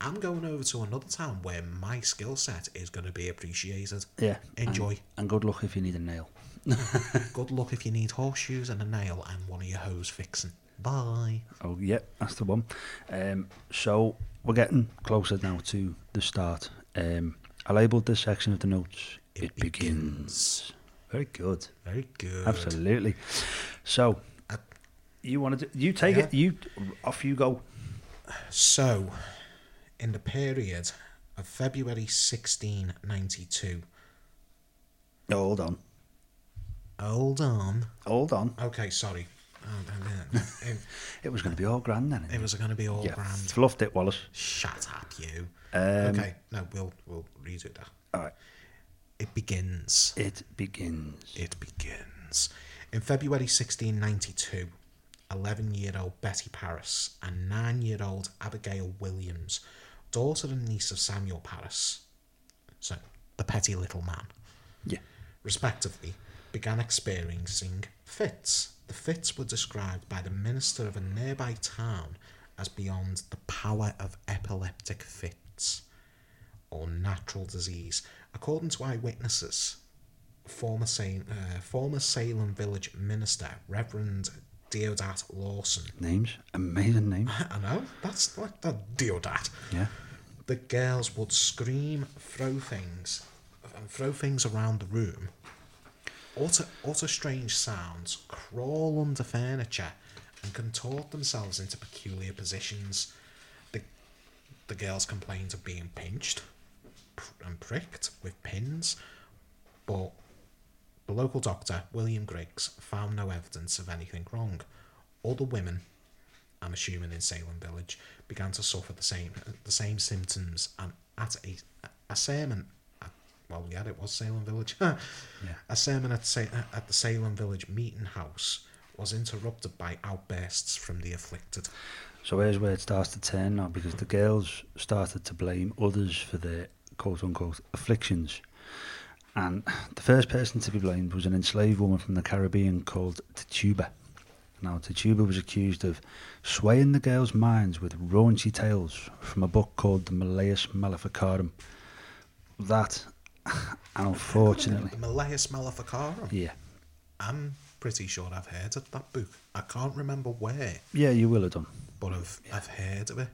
B: I'm going over to another town where my skill set is going to be appreciated.
A: Yeah.
B: Enjoy.
A: And, and good luck if you need a nail.
B: Good luck if you need horseshoes and a nail and one of your hose fixing. Bye.
A: Oh, yeah, that's the one. Um, so we're getting closer now to the start. Um, I labelled this section of the notes. It,
B: It
A: begins. Very good.
B: Very good.
A: Absolutely. So
B: Uh,
A: you want to? You take
B: yeah.
A: it. You off you go.
B: So, in the period of February 1692,
A: No, hold on.
B: hold on.
A: Hold on.
B: Okay, sorry. Oh, <laughs> no, no. It-
A: It was going to be all grand then.
B: It was going to be all
A: yeah,
B: grand.
A: fluffed it, Wallace.
B: Shut up, you.
A: Um,
B: okay, no, we'll we'll redo that.
A: All right.
B: It begins.
A: It begins.
B: It begins. In February 1692, 11 year old Betty Paris and 9 year old Abigail Williams, daughter and niece of Samuel Paris, so the petty little man,
A: Yeah.
B: respectively, began experiencing fits. The fits were described by the minister of a nearby town as beyond the power of epileptic fits or natural disease. According to eyewitnesses, former, Sa- uh, former Salem village minister, Reverend Deodat Lawson. <laughs>
A: Names. Amazing <laughs> names.
B: I know, that's like that Deodat.
A: Yeah.
B: The girls would scream, throw things, and throw things around the room, utter, utter strange sounds, crawl under furniture, and contort themselves into peculiar positions. The, the girls complained of being pinched pr- and pricked with pins, but the local doctor, William Griggs, found no evidence of anything wrong. All the women, I'm assuming in Salem Village, began to suffer the same the same symptoms, and at a a sermon, at, well, yeah, it was Salem Village. <laughs> A sermon at Sa- at the Salem Village meeting house was interrupted by outbursts from the afflicted.
A: So here's where it starts to turn now because the girls started to blame others for their quote unquote afflictions. And the first person to be blamed was an enslaved woman from the Caribbean called Tituba. Now, Tituba was accused of swaying the girls' minds with raunchy tales from a book called the Malleus Maleficarum. That, <laughs> and unfortunately, <laughs>
B: The Malleus Maleficarum.
A: yeah,
B: I'm pretty sure I've heard of that book. I can't remember where,
A: yeah, you will have done.
B: but I've I've heard of it.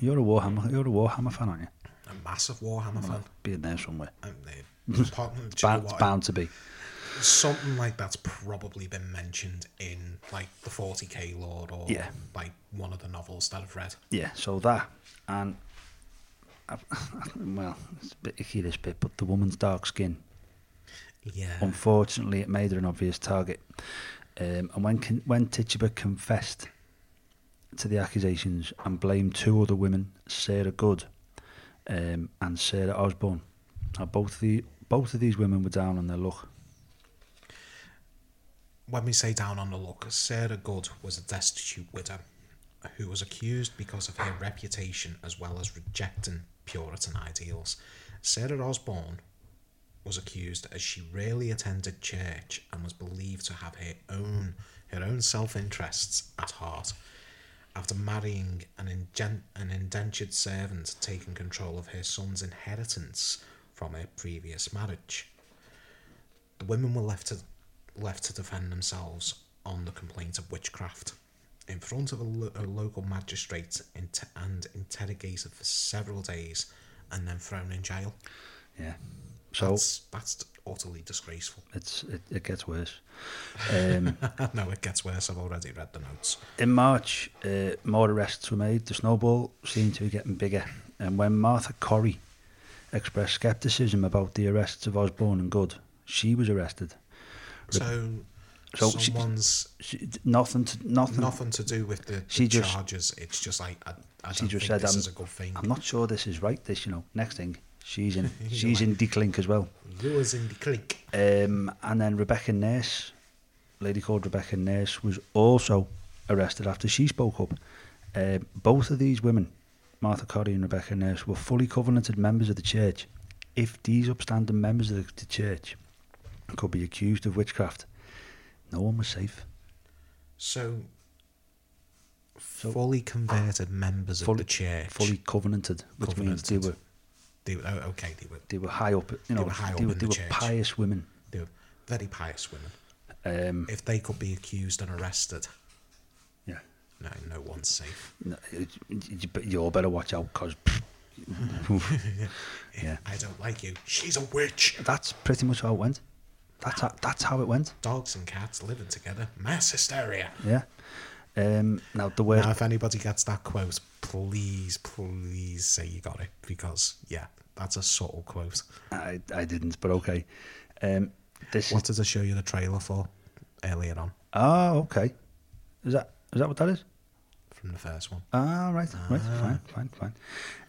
A: You're a Warhammer, you're a Warhammer fan, aren't you?
B: A massive Warhammer fan.
A: Be in there somewhere.
B: Um, they- pardon, Oh. do you know
A: Bound,
B: what?
A: bound to be.
B: Something like that's probably been mentioned in like the 40k lore or
A: Yeah.
B: like one of the novels that I've read.
A: yeah, so that and I, <laughs> well, it's a bit icky this bit, but the woman's dark skin.
B: Yeah.
A: Unfortunately, it made her an obvious target. Um, and when con- when Tituba confessed to the accusations and blamed two other women, Sarah Good um, and Sarah Osborne, now both the both of these women were down on their luck.
B: When we say down on the luck, Sarah Good was a destitute widow who was accused because of her reputation as well as rejecting Puritan ideals. Sarah Osborne was accused as she rarely attended church and was believed to have her own her own self interests at heart. after marrying an, ingen- an indentured servant taking control of her son's inheritance from her previous marriage. The women were left to, left to defend themselves on the complaint of witchcraft in front of a, lo- a local magistrate inter- and interrogated for several days and then thrown in jail.
A: Yeah. So
B: That's, that's utterly disgraceful. <laughs>
A: it's it, it gets worse. Um,
B: no, it gets worse. I've already read the notes.
A: In March, uh, more arrests were made. The snowball seemed to be getting bigger. And when Martha Corrie expressed scepticism about the arrests of Osborne and Good, she was arrested.
B: So,
A: So she-
B: someone's
A: She, nothing, to, nothing.
B: nothing to do with the,
A: She
B: the
A: just-
B: charges. It's just like I, I
A: She
B: don't
A: just
B: think
A: said,
B: this
A: "I'm-
B: is a good thing.
A: I'm not sure this is right. This, you know, next thing, she's in,
B: You're
A: she's in declink as well.
B: Yours in the click.
A: Um, and then Rebecca Nurse, a lady called Rebecca Nurse, was also arrested after she spoke up. Uh, both of these women, Martha Corrie and Rebecca Nurse, were fully covenanted members of the church. If these upstanding members of the, the church could be accused of witchcraft, no one was safe.
B: So, fully converted members
A: Fully-
B: of the church.
A: Fully covenanted, which means they
B: Covenanted.
A: were
B: They were, oh, okay, they were
A: they were high up. You know,
B: were high
A: they
B: up
A: were,
B: in
A: they
B: the
A: were
B: church.
A: pious women.
B: they were very pious women.
A: Um,
B: If they could be accused and arrested,
A: yeah,
B: no, no one's safe.
A: no, it- it- you all better watch out because. yeah.
B: I don't like you. She's a witch.
A: That's pretty much how it went. That's how, that's how it went.
B: Dogs and cats living together. Mass hysteria.
A: Yeah. Um, now the worst.
B: Now, if anybody gets that quote, please, please say you got it because yeah, that's a subtle quote.
A: I, I didn't, but okay. Um, this is.
B: Wanted to show you the trailer for earlier on
A: Oh, okay. Is that is that what that is?
B: from the first one.
A: Ah, right, right, fine, fine, fine.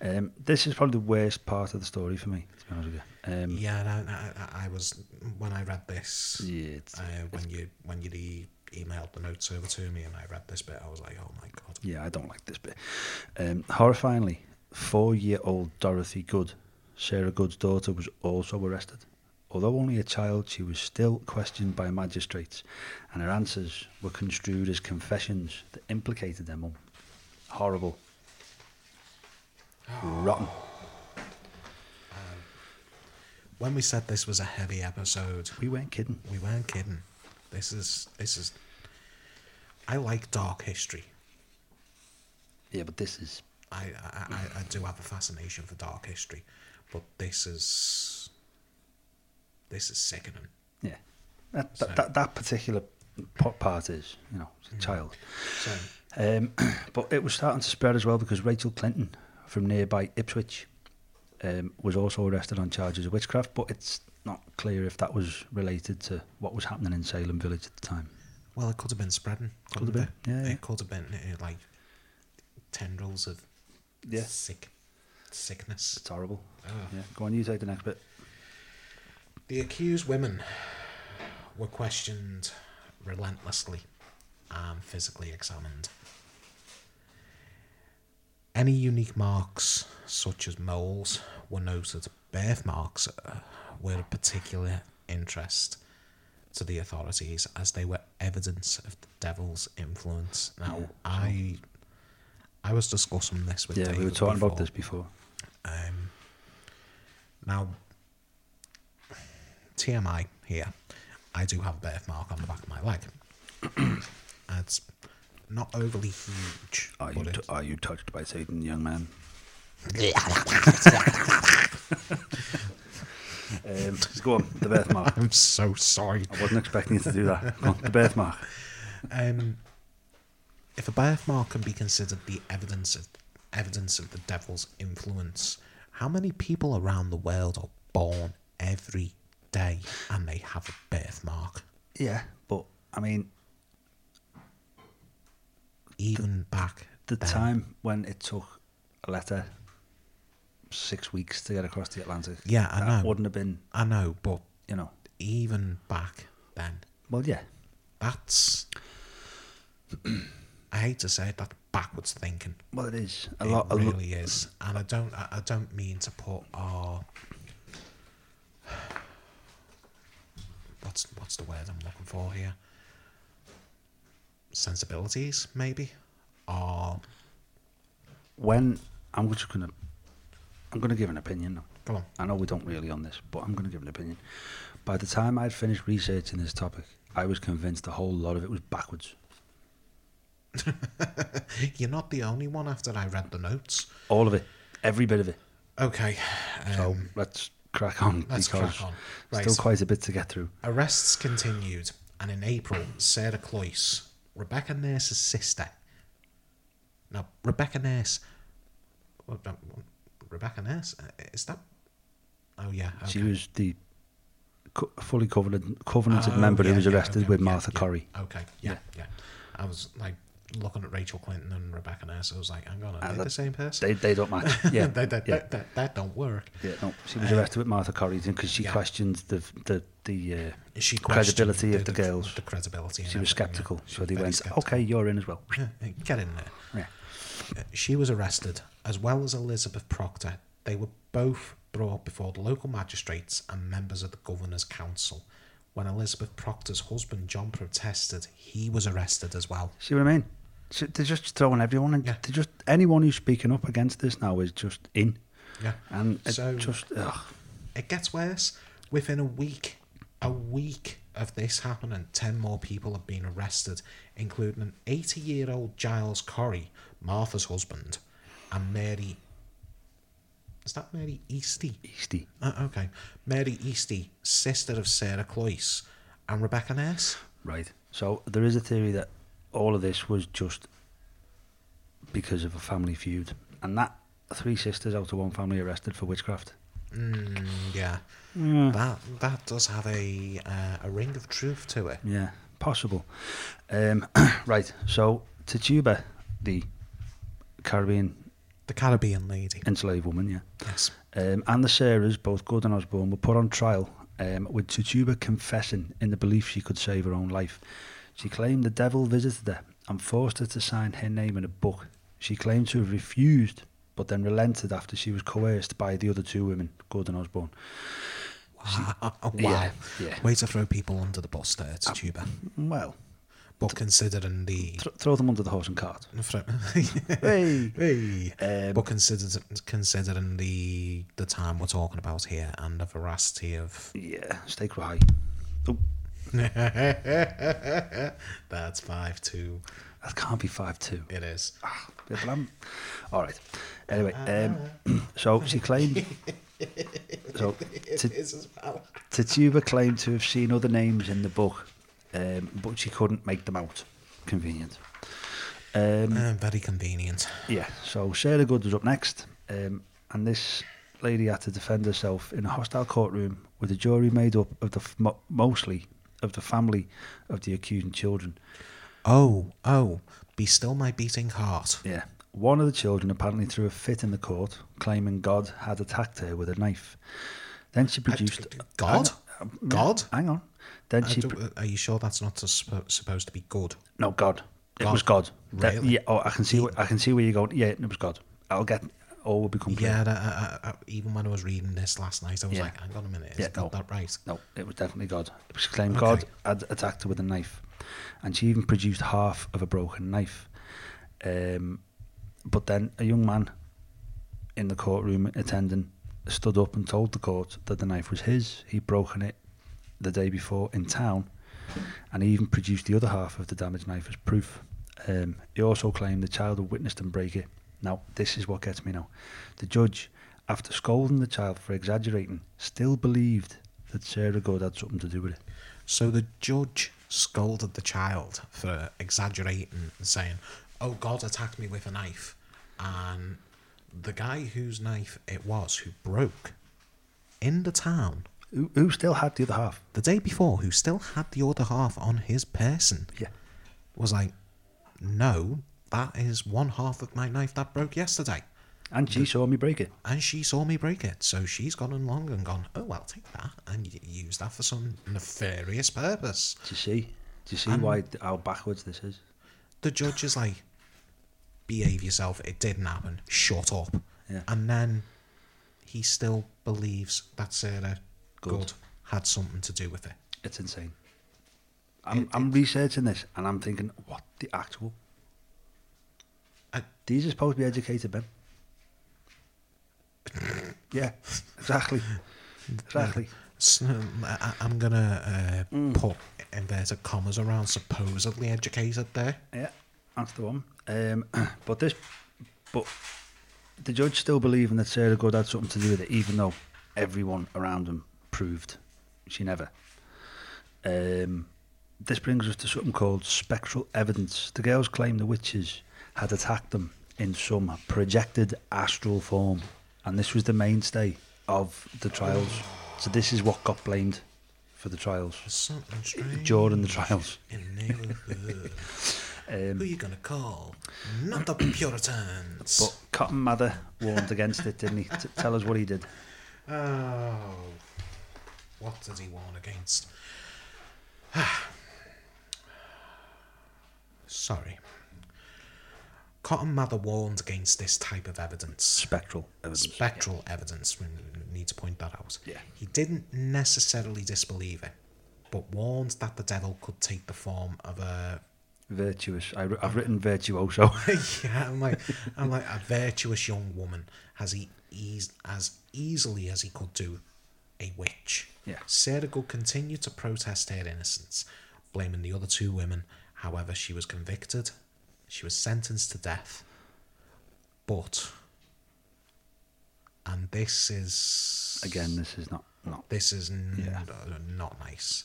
A: Um, this is probably the worst part of the story for me. To be honest with you. Um,
B: Yeah, no, no, I, I was when I read this.
A: yeah, it's,
B: Uh, when you when you e- emailed the notes over to me and I read this bit, I was like, oh my god.
A: yeah, I don't like this bit. Um, horrifyingly, four-year-old Dorothy Good, Sarah Good's daughter, was also arrested. Although only a child, she was still questioned by magistrates, and her answers were construed as confessions that implicated their mum. Horrible. Rotten.
B: When we said this was a heavy episode,
A: We weren't kidding.
B: we weren't kidding. This is this is. I like dark history.
A: Yeah, but this is
B: I, I, I- I do have a fascination for dark history, but this is this is sickening.
A: yeah. That that, that, that particular po- part is you know it's a child.
B: So
A: Um, <clears throat> but it was starting to spread as well because Rachel Clinton from nearby Ipswich um, was also arrested on charges of witchcraft, but it's not clear if that was related to what was happening in Salem Village at the time.
B: well, it could have been spreading.
A: Could have
B: couldn't
A: been,
B: it?
A: yeah, yeah.
B: It could have been uh, like tendrils of
A: Yeah. Ah.
B: sick sickness.
A: It's horrible.
B: Ugh.
A: Yeah, go on, you take the next bit.
B: The accused women were questioned relentlessly and physically examined. Any unique marks, such as moles, were noted. Birthmarks uh, were of particular interest to the authorities as they were evidence of the devil's influence. Now, I, I was discussing this with
A: Yeah, we were
B: David
A: talking about
B: before.
A: this before.
B: Um, now, TMI here. I do have a birthmark on the back of my leg.
A: <clears throat>
B: it's not overly huge.
A: Are you,
B: but
A: t- are you touched by Satan, young <laughs> man? Um, go on, the birthmark.
B: <laughs> I'm so sorry.
A: I wasn't expecting you to do that. Go on, the birthmark.
B: Um, if a birthmark can be considered the evidence of evidence of the devil's influence, how many people around the world are born every day and they have a birthmark?
A: Yeah, but I mean,
B: Even back
A: the
B: then.
A: time when it took a letter six weeks to get across the Atlantic.
B: Yeah, I
A: that
B: know.
A: wouldn't have been,
B: I know, but
A: you know.
B: even back then.
A: Well, yeah,
B: That's I hate to say it, that's backwards thinking.
A: well it is a
B: it
A: lot. a lo-
B: really is, and I don't. I, I don't mean to put our what's what's the word I'm looking for here? Sensibilities, maybe, are.
A: When I'm just gonna, I'm gonna give an opinion now.
B: Come on. <laughs>
A: I know we don't really on this, but I'm going to give an opinion. By the time I'd finished researching this topic, I was convinced a whole lot of it was backwards.
B: You're not the only one after I read the notes.
A: All of it, every bit of it.
B: Okay. Um,
A: So let's crack on
B: let's
A: because
B: crack on. Right.
A: still quite a bit to get through.
B: Arrests continued, and in April, Sarah Cloyce, Rebecca Nurse's sister. Now, Rebecca Nurse. oh, no, Rebecca Nurse? uh, Is that. Oh, yeah. Okay.
A: She was the co- fully covenant, covenanted
B: Oh,
A: member
B: yeah,
A: who was
B: yeah,
A: arrested
B: okay,
A: with
B: yeah,
A: Martha
B: yeah,
A: Corrie.
B: Okay, yeah, yeah, I was like looking at Rachel Clinton and Rebecca Nurse. I was like, hang on, are
A: Ah,
B: they
A: that-
B: the same person?
A: They, they don't
B: <laughs>
A: match. Yeah,
B: that, that,
A: yeah.
B: that, that, that don't work.
A: yeah, no, she was arrested with Martha Corrie because she
B: yeah.
A: questioned the the the. Uh,
B: She
A: Credibility
B: questioned
A: of the girls.
B: The credibility. and
A: she was
B: everything, yeah.
A: sceptical,
B: She
A: so
B: was
A: they
B: very
A: went, "Oh,
B: sceptical.
A: "Okay, you're in as well."
B: Yeah, Get in there.
A: Yeah.
B: Uh, She was arrested, as well as Elizabeth Proctor. They were both brought before the local magistrates and members of the Governor's Council. When Elizabeth Proctor's husband John protested, he was arrested as well.
A: See what I mean? So they're just throwing everyone, and
B: Yeah.
A: they're just anyone who's speaking up against this now is just in,
B: Yeah.
A: and it
B: So-
A: just ugh,
B: It gets worse. Within a week, a week of this happening, 10 more people have been arrested, including an 80 year old Giles Corrie, Martha's husband, and Mary. Is that Mary Eastie?
A: easty.
B: Uh, okay. Mary Eastie, sister of Sarah Cloyce and Rebecca Nurse.
A: Right. So there is a theory that all of this was just because of a family feud, and that three sisters out of one family arrested for witchcraft.
B: Mm, yeah.
A: Hmm.
B: That that does have a uh, a ring of truth to it.
A: Yeah, possible. Um, <coughs> right. So Tituba, the Caribbean
B: The Caribbean lady.
A: enslaved woman, yeah.
B: Yes.
A: um, and the Sarahs, both Good and Osborne, were put on trial um, with Tituba confessing in the belief she could save her own life. She claimed the devil visited her and forced her to sign her name in a book. She claimed to have refused, but then relented after she was coerced by the other two women, Good and Osborne.
B: Wow. <laughs> wow.
A: Yeah, yeah. Ah.
B: Way to throw people under the bus there, it's Tuba.
A: Well,
B: But considering the.
A: th- throw them under the horse and cart.
B: <laughs>
A: hey!
B: Hey.
A: <laughs> Um,
B: But consider, considering the the time we're talking about here and the veracity of <laughs>
A: yeah, stake were high. Oh,
B: that's five two,
A: that can't be 5'2".
B: it is.
A: Bit of lamb. All right. Anyway, um, <clears throat> so she claimed... So, to,
B: is as well.
A: Tituba claimed to have seen other names in the book, um, but she couldn't make them out. Convenient. Um,
B: Uh, very convenient.
A: yeah, so Sarah Good was up next, um, and this lady had to defend herself in a hostile courtroom with a jury made up of the f- mo- mostly of the family of the accused and children.
B: Oh, oh, be still my beating heart.
A: Yeah. One of the children apparently threw a fit in the court, claiming God had attacked her with a knife. Then she produced. um,
B: God? God?
A: Hang on. Then
B: I
A: she.
B: don't- uh, are you sure that's not suppo- supposed to be good?
A: No, God. It
B: God.
A: was God. That-
B: Really?
A: yeah. Oh, I can see. Where, I can see where you're going. Yeah, it was God. I'll get. All will become clear.
B: Yeah, that, I, I, I, even when I was reading this last night, I was
A: Yeah.
B: like, hang on a minute, is
A: Yeah,
B: God
A: no.
B: that right?
A: No, it was definitely God. She claimed
B: Okay.
A: God had attacked her with a knife, and she even produced half of a broken knife. Um, but then a young man in the courtroom attending stood up and told the court that the knife was his. He'd broken it the day before in town, and he even produced the other half of the damaged knife as proof. Um, he also claimed the child had witnessed him break it. Now, this is what gets me now. The judge, after scolding the child for exaggerating, still believed that Sarah Good had something to do with it.
B: So the judge scolded the child for exaggerating and saying, Oh, God attacked me with a knife. And the guy whose knife it was who broke in the town
A: Who, who still had the other half?
B: the day before, who still had the other half on his person,
A: Yeah.
B: was like, No, that is one half of my knife that broke yesterday.
A: And she saw me break it.
B: And she saw me break it, so she's gone along and gone, Oh, I'll take that and y- use that for some nefarious purpose.
A: Do you see? Do you see why how backwards this is?
B: the judge is like, behave yourself. It didn't happen. Shut up.
A: Yeah.
B: And then he still believes that Sarah
A: Good.
B: Good, had something to do with it.
A: It's insane. I'm, I'm researching this and I'm thinking, what the actual? These are supposed to be educated <laughs> men. yeah, exactly. Exactly.
B: S- um, I- I'm gonna uh, put inverted commas around supposedly educated there.
A: Yeah, that's the one. Um, <clears throat> but this, but the judge still believing that Sarah Good had something to do with it, even though everyone around him proved she never. Um, this brings us to something called spectral evidence. The girls claim the witches had attacked them in some projected astral form, and this was the mainstay of the trials. So this is what got blamed for the trials
B: There's something strange
A: during the trials.
B: in the neighborhood.
A: <laughs> Um,
B: Who you gonna call? Not the Puritans.
A: But Cotton Mather warned against it, didn't he? T- tell us what he did.
B: Oh, what does he warn against? <sighs> Sorry. Cotton Mather warned against this type of evidence.
A: Spectral evidence.
B: Spectral evidence, we need to point that out.
A: Yeah.
B: He didn't necessarily disbelieve it, but warned that the devil could take the form of a.
A: Virtuous. I, have written virtuoso. <laughs>
B: yeah, I'm like, <laughs> I'm like a virtuous young woman, as, he eas- as easily as he could do a witch.
A: Yeah.
B: Sergal continued to protest her innocence, blaming the other two women. However, she was convicted. She was sentenced to death. But, and this is
A: Again, this is not. not.
B: this is n-
A: Yeah.
B: uh, not nice.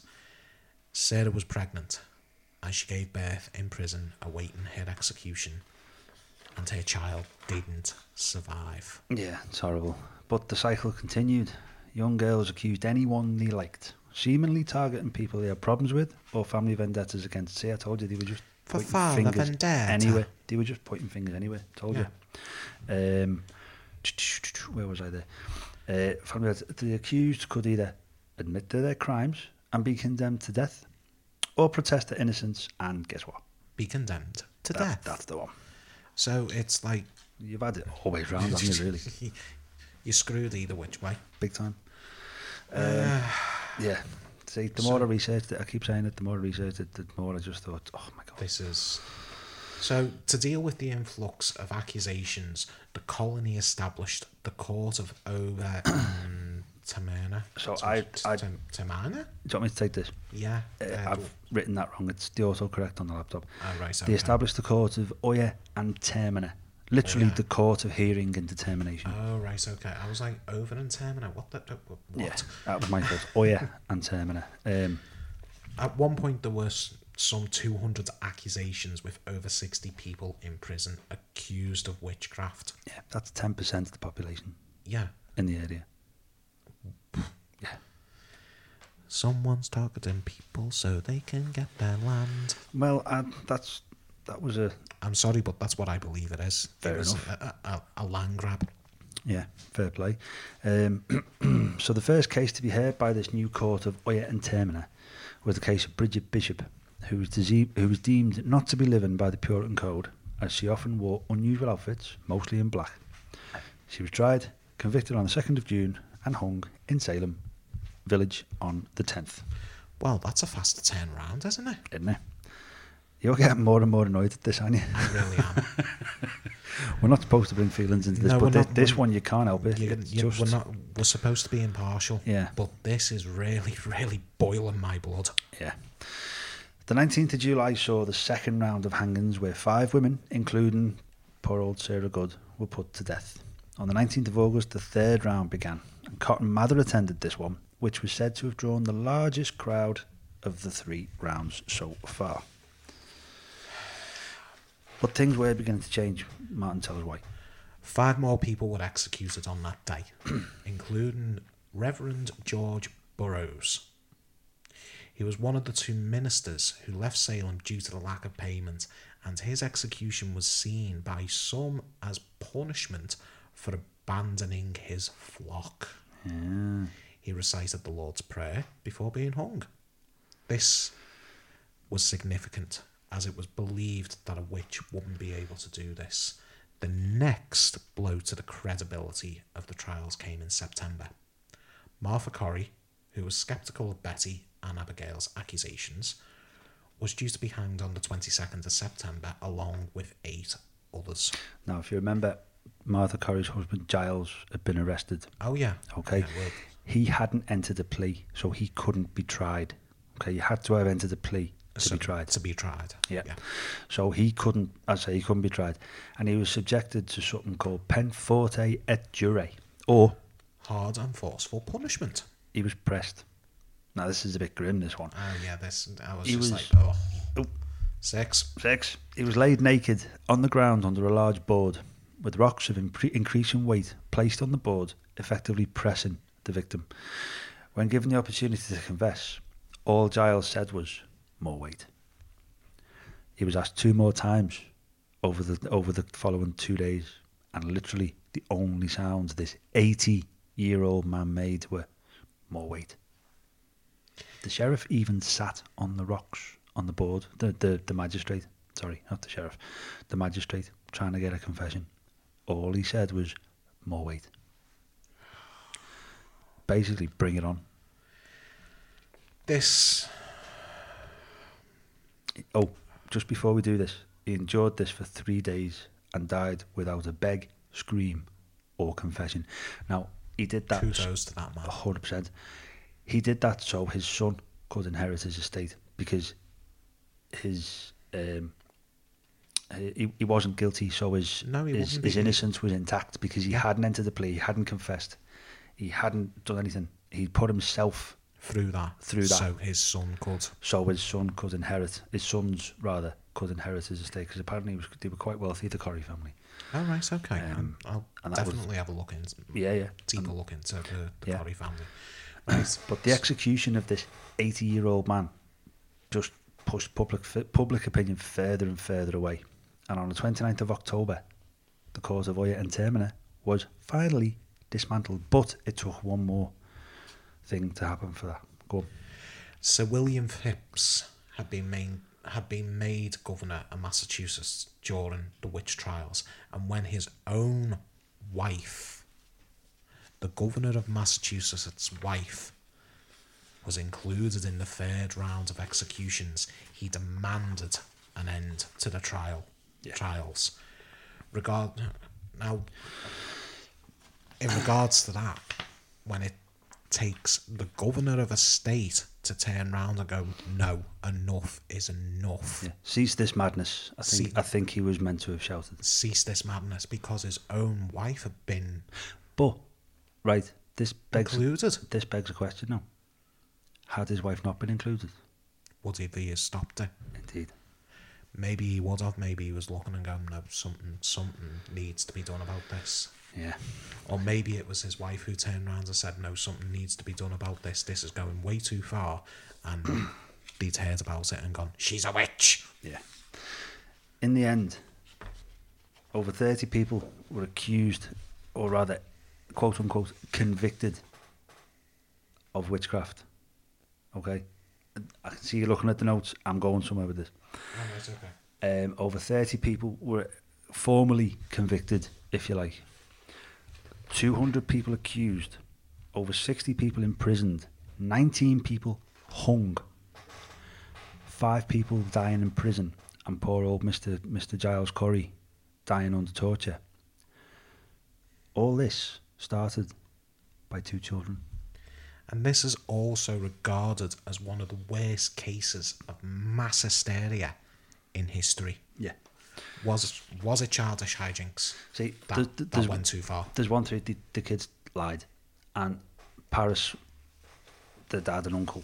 B: Sarah was pregnant, and she gave birth in prison, awaiting her execution. And her child didn't survive.
A: Yeah, it's horrible. But the cycle continued. Young girls accused anyone they liked, seemingly targeting people they had problems with or family vendettas against. See, I told you they were just
B: For
A: pointing
B: father
A: fingers
B: vendetta.
A: anyway. They were just pointing fingers anyway. Told you. Um, where was I there? Uh, family vendetta- the accused could either admit to their crimes and be condemned to death, or protest their innocence and guess what?
B: Be condemned to
A: That-
B: death.
A: That's the one.
B: So it's like
A: You've had it all the way round,
B: <laughs>
A: haven't you? Really,
B: you're screwed either which way.
A: big time.
B: Uh,
A: Um, Yeah. See, the more I researched it, I keep saying it, the more I researched it, the more I just thought, oh my God.
B: This is. So, to deal with the influx of accusations, the colony established the court of over <coughs> um, Tamerna.
A: So
B: Tam-
A: I- I-
B: Tam- Tamerna?
A: Do you want me to take this?
B: Yeah.
A: Uh,
B: uh,
A: I've written that wrong. It's the autocorrect on the laptop.
B: Ah, right,
A: They
B: okay.
A: established the court of Oya and Termina, literally
B: Oya.
A: the court of hearing and determination.
B: Oh, right, okay. I was like, over and terminal. What the? uh, What?
A: yeah, that was my
B: <laughs>
A: fault. Oya and Termina. Um,
B: At one point, there were s- some 200 accusations with over 60 people in prison accused of witchcraft.
A: yeah, that's 10% of the population
B: Yeah.
A: in the
B: <laughs>
A: area. Yeah.
B: Someone's targeting people so they can get their land.
A: Well, uh, that's that was a
B: I'm sorry, but that's what I believe it is. It
A: Fair
B: was
A: enough.
B: A, a, a- a land grab.
A: Yeah, fair play. Um, <clears throat> so the first case to be heard by this new court of Oya and Termina was the case of Bridget Bishop, who was, dise- who was deemed not to be living by the Puritan code, as she often wore unusual outfits, mostly in black. She was tried, convicted on the 2nd of June, and hung in Salem village on the 10th,
B: Well, that's a faster turnaround, isn't it?
A: isn't it? You're getting more and more annoyed at this, aren't you? <laughs>
B: I really am.
A: We're not supposed to bring feelings into this,
B: No, we're
A: but thi-
B: not-
A: this
B: we're-
A: one you can't help it.
B: You-
A: It's
B: you-
A: just-
B: we're not. We're supposed to be impartial.
A: Yeah.
B: But this is really, <laughs> really boiling my blood.
A: Yeah. The 19th of July saw the second round of hangings where five women, including poor old Sarah Good, were put to death. On the 19th of August, the third round began, and Cotton Mather attended this one, which was said to have drawn the largest crowd of the three rounds so far. But things were beginning to change. Martin, tell us why.
B: Five more people were executed on that day, including Reverend George Burroughs. He was one of the two ministers who left Salem due to the lack of payment, and his execution was seen by some as punishment for abandoning his flock. He recited the Lord's Prayer before being hung. This was significant as it was believed that a witch wouldn't be able to do this. The next blow to the credibility of the trials came in September. Martha Corrie, who was sceptical of Betty and Abigail's accusations, was due to be hanged on the 22nd of September along with eight others.
A: Now, if you remember, Martha Corrie's husband Giles had been arrested.
B: Oh, yeah.
A: Okay,
B: Yeah, well,
A: he hadn't entered a plea, so he couldn't be tried. Okay, you had to have entered a plea to
B: so-
A: be tried.
B: To be tried.
A: Yeah. So he couldn't, as I say, he couldn't be tried, and he was subjected to something called pen forte et jure, or
B: Hard and forceful punishment.
A: he was pressed. Now this is a bit grim. This one.
B: Oh, yeah, this. I was
A: He
B: just
A: was-
B: like, oh.
A: Oh.
B: Six.
A: Six. He was laid naked on the ground under a large board, with rocks of impre- increasing weight placed on the board, effectively pressing the victim. When given the opportunity to confess, all Giles said was, "More weight." He was asked two more times over the over the following two days, and literally the only sounds this eighty-year-old man made were, "More weight." The sheriff even sat on the rocks on the board. The the, the magistrate, sorry, not the sheriff, the magistrate trying to get a confession. All he said was, "More weight." Basically, bring it on.
B: This.
A: Oh, just before we do this, he endured this for three days and died without a beg, scream, or confession. Now he did that.
B: Kudos to that man.
A: A hundred percent. He did that so his son could inherit his estate because his um, he, he wasn't guilty, so his
B: No, he
A: his,
B: wasn't,
A: his
B: he-
A: innocence was intact because he hadn't entered the plea, he hadn't confessed, he hadn't done anything. He put himself
B: Through that.
A: Through that.
B: So his son could.
A: so his son could inherit his sons rather could inherit his estate because apparently he was, they were quite wealthy, the Corrie family.
B: All right, okay.
A: Um,
B: I'll
A: and that was-
B: definitely have a look into
A: Yeah, yeah.
B: deeper look into the, the
A: yeah.
B: Corrie family. Right.
A: <coughs> But the execution of this 80 year old man just pushed public, public opinion further and further away. And on the 29th of October, the cause of Oya and Termina was finally dismantled. But it took one more thing to happen for that. Go on.
B: Sir William Phipps had been main, had been made governor of Massachusetts during the witch trials, and when his own wife, the governor of Massachusetts' wife, was included in the third round of executions, he demanded an end to the trial trials. Regard now in regards to that, when it takes the governor of a state to turn round and go, no, enough is enough.
A: Yeah. Cease this madness. I think,
B: See-
A: I think he was meant to have shouted.
B: Cease this madness because his own wife had been
A: But, right, this begs,
B: included.
A: this begs a question now. Had his wife not been included?
B: Would he have stopped it?
A: Indeed.
B: Maybe he would have. Maybe he was looking and going, no, something, something needs to be done about this.
A: Yeah.
B: Or maybe it was his wife who turned round and said, no, something needs to be done about this. This is going way too far.
A: <clears throat>
B: And they'd heard about it and gone, she's a witch.
A: Yeah. In the end, over 30 people were accused, or rather, quote unquote, convicted of witchcraft. Okay? I can see you looking at the notes. I'm going somewhere with this.
B: Alright, okay.
A: Um, over 30 people were formally convicted, if you like. 200 people accused, over 60 people imprisoned, 19 people hung, five people dying in prison, and poor old Mr. Mr. Giles Corrie dying under torture. All this started by two children.
B: And this is also regarded as one of the worst cases of mass hysteria in history.
A: Yeah.
B: Was was it childish hijinks?
A: See,
B: That,
A: there's-
B: that
A: there's-
B: went too far.
A: there's one thing the, the kids lied, and Paris, the dad and uncle,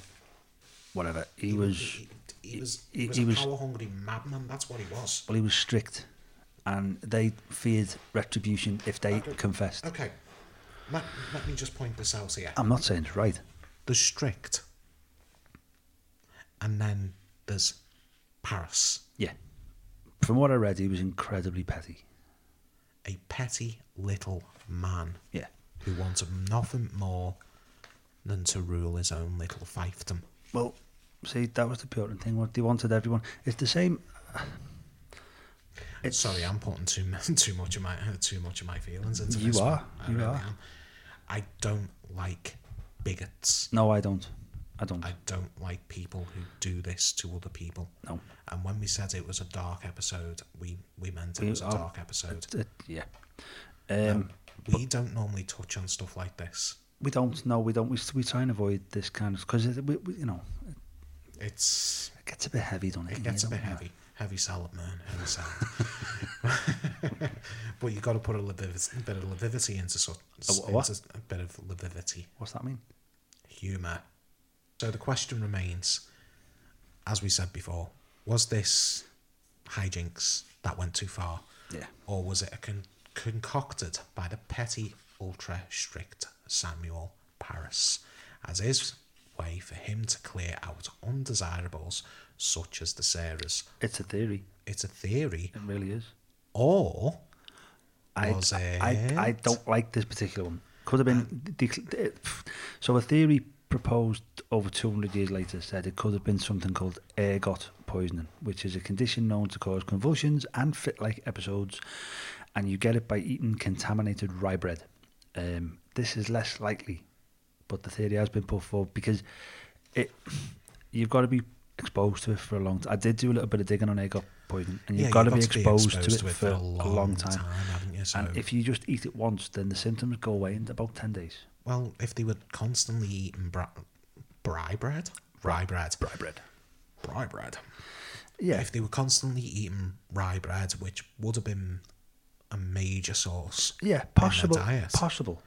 A: whatever he was,
B: he, he was he,
A: he-
B: was
A: he
B: a
A: was-
B: power hungry madman. That's what he was.
A: well, he was strict, and they feared retribution if they
B: Okay.
A: confessed.
B: Okay, let, let me just point this out here.
A: I'm not saying it's right.
B: There's strict, and then there's Paris,
A: Yeah, from what I read, he was incredibly petty.
B: a petty little man.
A: Yeah,
B: who wanted nothing more than to rule his own little fiefdom.
A: well, see, that was the Puritan thing. What they wanted everyone. It's the same. <sighs> It's-
B: Sorry, I'm putting too <laughs> mu- too much of my too much of my feelings into
A: You
B: this. one.
A: are,
B: I
A: you
B: really
A: are.
B: am. I don't like bigots.
A: No, I don't. I don't.
B: I don't like people who do this to other people.
A: No.
B: And when we said it was a dark episode, we, we meant it
A: We
B: was a
A: are-
B: dark episode.
A: It- yeah. Um,
B: We don't normally touch on stuff like this.
A: we don't. No, we don't. We, we try and avoid this kind of because we, we, you know
B: It's
A: it gets a bit heavy, do not it?
B: it gets a
A: You
B: bit
A: know?
B: heavy. Heavy salad, man. Heavy salad. <laughs> but you've got to put a, levivity, bit of levity into such
A: A wha- what?
B: into a bit of levity.
A: What's that mean?
B: humour. So the question remains, as we said before, was this hijinks that went too far?
A: Yeah.
B: Or was it a con- concocted by the petty, ultra strict Samuel Paris as his way for him to clear out undesirables such as the Sarahs?
A: It's a theory.
B: It's a theory,
A: It really is.
B: or
A: I,
B: Was
A: I, I
B: it?
A: don't like this particular one. Could have been. de- de- so, a theory proposed over 200 years later said it could have been something called ergot poisoning, which is a condition known to cause convulsions and fit like episodes, and you get it by eating contaminated rye bread. Um, this is less likely, but the theory has been put forward because it you've got to be exposed to it for a long time. I did do a little bit of digging on ergot poisoning, and you've
B: Yeah,
A: got to be exposed, to it
B: for
A: for, a long time.
B: haven't you? So,
A: And if you just eat it once, then the symptoms go away in about 10 days.
B: Well, if they were constantly eating bra- brie bread, rye bread,
A: Rye bread.
B: brie bread.
A: Yeah.
B: If they were constantly eating rye bread, which would have been a major source,
A: yeah,
B: their
A: possible.
B: diet.
A: Possible.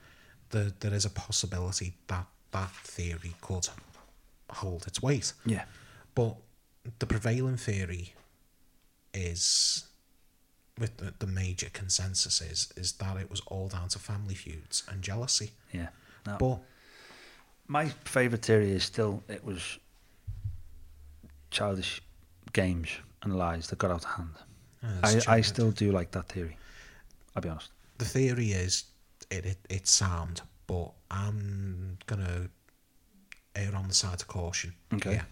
B: there, there is a possibility that that theory could hold its weight.
A: Yeah.
B: But the prevailing theory is, with the, the major consensus is, is that it was all down to family feuds and jealousy.
A: Yeah. No.
B: But
A: My favourite theory is still it was childish games and lies that got out of hand.
B: uh,
A: I, I
B: stupid.
A: still do like that theory. I'll be honest.
B: the theory is it, it it's sound, but I'm gonna err on the side of caution.
A: Okay.
B: Yeah.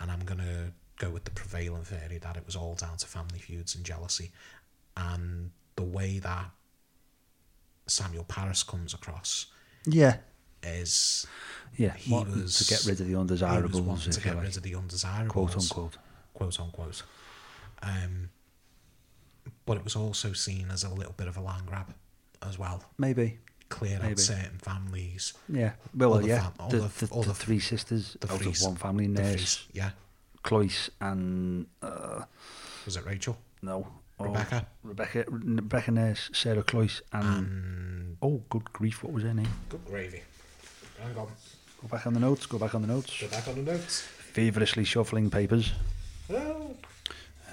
B: And I'm gonna go with the prevailing theory that it was all down to family feuds and jealousy, and the way that Samuel Paris comes across
A: Yeah.
B: is
A: Yeah.
B: He
A: wanting
B: was-
A: to get rid of the
B: he was
A: undesirables,
B: wanting to
A: if you
B: get
A: like,
B: rid of the undesirables
A: quote unquote.
B: quote unquote. Um, but it was also seen as a little bit of a land grab as well.
A: Maybe.
B: Clear
A: Maybe.
B: out certain families.
A: Yeah. Well,
B: All the
A: yeah.
B: fam- all
A: the,
B: the-
A: the,
B: all
A: the
B: the-
A: three sisters
B: the
A: out
B: three s-
A: of one family,
B: the
A: Nurse,
B: face- yeah.
A: Cloyce, and uh,
B: Was it Rachel?
A: No. Oh,
B: Rebecca?
A: Rebecca. Rebecca Nurse, Sarah Cloyce, and
B: And
A: oh, good grief, what was her name?
B: good gravy. Hang on.
A: Go back on the notes. Go back on the notes.
B: Go back on the notes.
A: Feverishly shuffling papers.
B: Oh.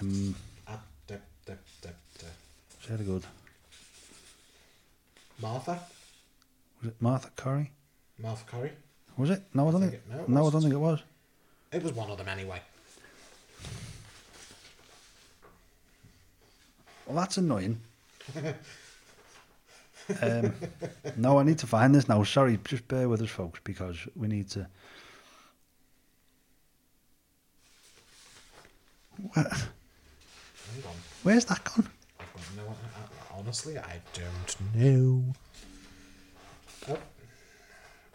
A: Um,
B: Ah, da, da, da, da.
A: Sarah Good.
B: Martha?
A: Was it Martha Curry?
B: Martha Curry?
A: Was it? No, I don't
B: think
A: think.
B: it- no, it
A: no, I don't
B: wasn't.
A: think it was.
B: It was one of them anyway.
A: Well, that's <laughs> annoying. um, no, I need to find this now. Sorry, just bear with us, folks, because we need to. Where,
B: Hang on.
A: where's that gone?
B: I've got no. I, I- honestly, I don't know. Oh.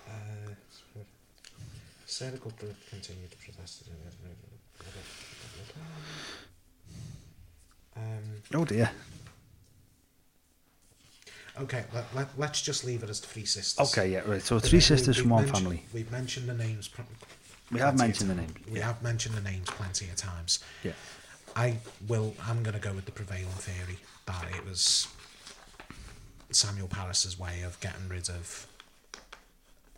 B: Uh, Sarah Goodrich continued to protest. Um,
A: Oh dear.
B: Um, okay, let, let, let's just leave it as three sisters.
A: Okay, yeah, right. So
B: The
A: three
B: name-
A: sisters
B: we've
A: from one
B: mentioned-
A: family.
B: We've mentioned the names. pr-
A: We have
B: plenty of
A: mentioned the
B: ti-
A: names,
B: We
A: yeah.
B: have mentioned the names plenty of times.
A: Yeah.
B: I will. I'm going to go with the prevailing theory that it was Samuel Paris's way of getting rid of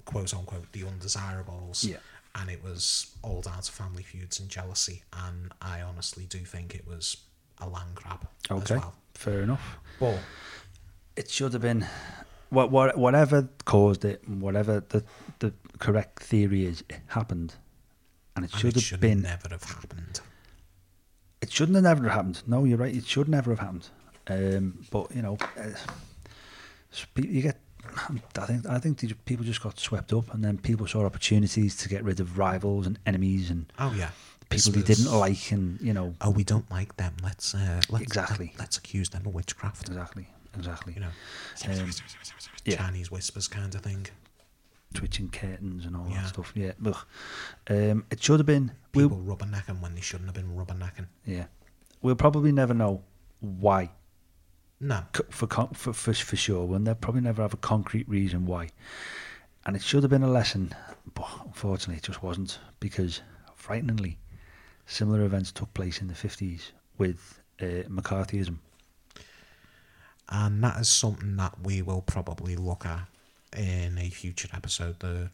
B: quote unquote the undesirables.
A: Yeah.
B: And it was all down to family feuds and jealousy. And I honestly do think it was a land grab as
A: Okay.
B: well.
A: Fair enough.
B: But
A: It should have been what, what whatever caused it and whatever the the correct theory is, it happened. And it
B: and
A: should
B: it
A: have been
B: never have happened.
A: it shouldn't have never happened. No, you're right. It should never have happened. Um, but you know, uh, spe- you get. I think I think the- people just got swept up, and then people saw opportunities to get rid of rivals and enemies and
B: Oh yeah. This
A: people they
B: was-
A: didn't like, and you know
B: Oh, we don't like them. Let's uh, let's,
A: Exactly.
B: Let, us accuse them of witchcraft.
A: exactly, exactly.
B: You know,
A: Um, yeah.
B: Chinese whispers kind of thing.
A: twitching curtains and all
B: Yeah.
A: that stuff. Yeah, ugh. Um, it should have been. We'll,
B: People rubbernecking when they shouldn't have been rubbernecking.
A: yeah, we'll probably never know why
B: No,
A: c- for, con- for for for sure. We'll ne- probably never have a concrete reason why. And it should have been a lesson, but unfortunately, it just wasn't because frighteningly, similar events took place in the fifties with uh, McCarthyism.
B: and that is something that we will probably look at in a future episode. The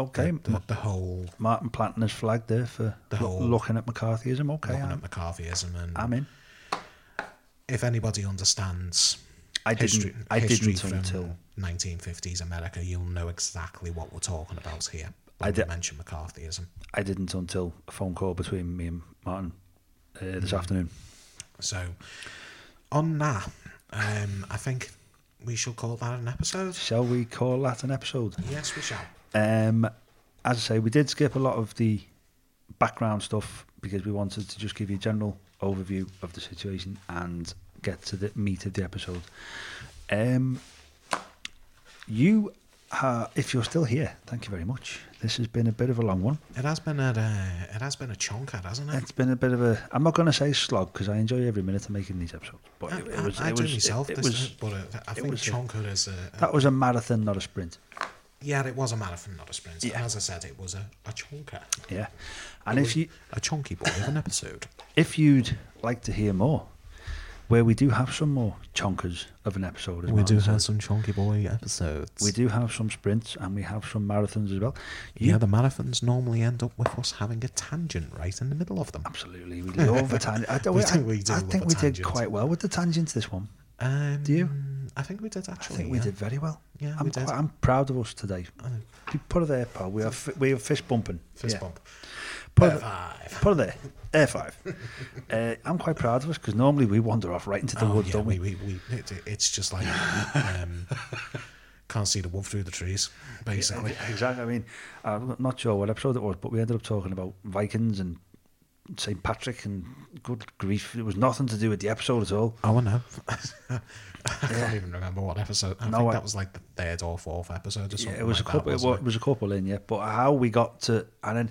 A: Okay,
B: the, the, the whole
A: Uh, Martin planting his flag there for
B: The
A: lo-
B: whole-
A: looking at McCarthyism. Okay, um,
B: looking
A: I'm,
B: at McCarthyism and
A: I'm in.
B: if anybody understands
A: I didn't.
B: history,
A: I
B: history
A: didn't
B: from
A: until
B: 1950s America, you'll know exactly what we're talking about here.
A: I
B: When
A: di-
B: we mention McCarthyism.
A: I didn't until a phone call between me and Martin uh, this
B: Mm.
A: afternoon.
B: So, on that, um, I think we shall call that an episode.
A: Shall we call that an episode?
B: Yes, we shall.
A: Um, as I say, we did skip a lot of the background stuff because we wanted to just give you a general overview of the situation and get to the meat of the episode. Um, you, ha if you're still here, thank you very much. This has been a bit of a long one.
B: It has been a uh, it has been a chonker, hasn't it?
A: It's been a bit of a. I'm not going to say slog because I enjoy every minute of making these episodes. But
B: I,
A: it, it was.
B: I, I
A: it
B: do
A: was,
B: myself
A: It, it
B: this,
A: was.
B: time, but uh, I think
A: was a-
B: chonker is a, a-
A: That was a marathon, not a sprint.
B: yeah, it was a marathon, not a sprint.
A: Yeah.
B: And as I said, it was a, a chonker,
A: Yeah. And if you
B: a chonky boy of an episode.
A: if you'd like to hear more, where we do have some more chonkers of an episode as well. so
B: some chonky boy episodes.
A: we do have some sprints and we have some marathons as well. You-
B: Yeah, the marathons normally end up with us having a tangent right in the middle of them.
A: Absolutely, we love
B: <laughs>
A: a tangent. I, don't-
B: We
A: I-
B: do- we do
A: I
B: love
A: think
B: a
A: we did
B: tangent.
A: quite well with the tangents this one.
B: Um,
A: Do you?
B: I think we did
A: I
B: actually.
A: think we
B: yeah.
A: did very well.
B: Yeah,
A: I'm,
B: we did.
A: Quite, I'm proud of us today.
B: know.
A: You Put it there, pal. We are fi- we are fist bumping.
B: Fist
A: Yeah.
B: bump.
A: Put it-
B: five.
A: Put it there. Air five. <laughs> uh, I'm quite proud of us because normally we wander off right into the
B: Oh,
A: wood,
B: yeah,
A: don't
B: we, we, we, it, it's just like
A: <laughs>
B: um, can't see the wood through the trees, basically.
A: Exactly. I mean, I'm not sure what episode it was, but we ended up talking about Vikings and St. Patrick and good grief. It was nothing to do with the episode at all.
B: Oh, I know. <laughs> I can't even remember what episode. I
A: No,
B: think
A: I-
B: that was like the third or fourth episode or something.
A: Yeah, it was
B: like
A: a
B: that,
A: couple. it,
B: wasn't
A: wa- it was a couple in, yeah. But how we got to and then,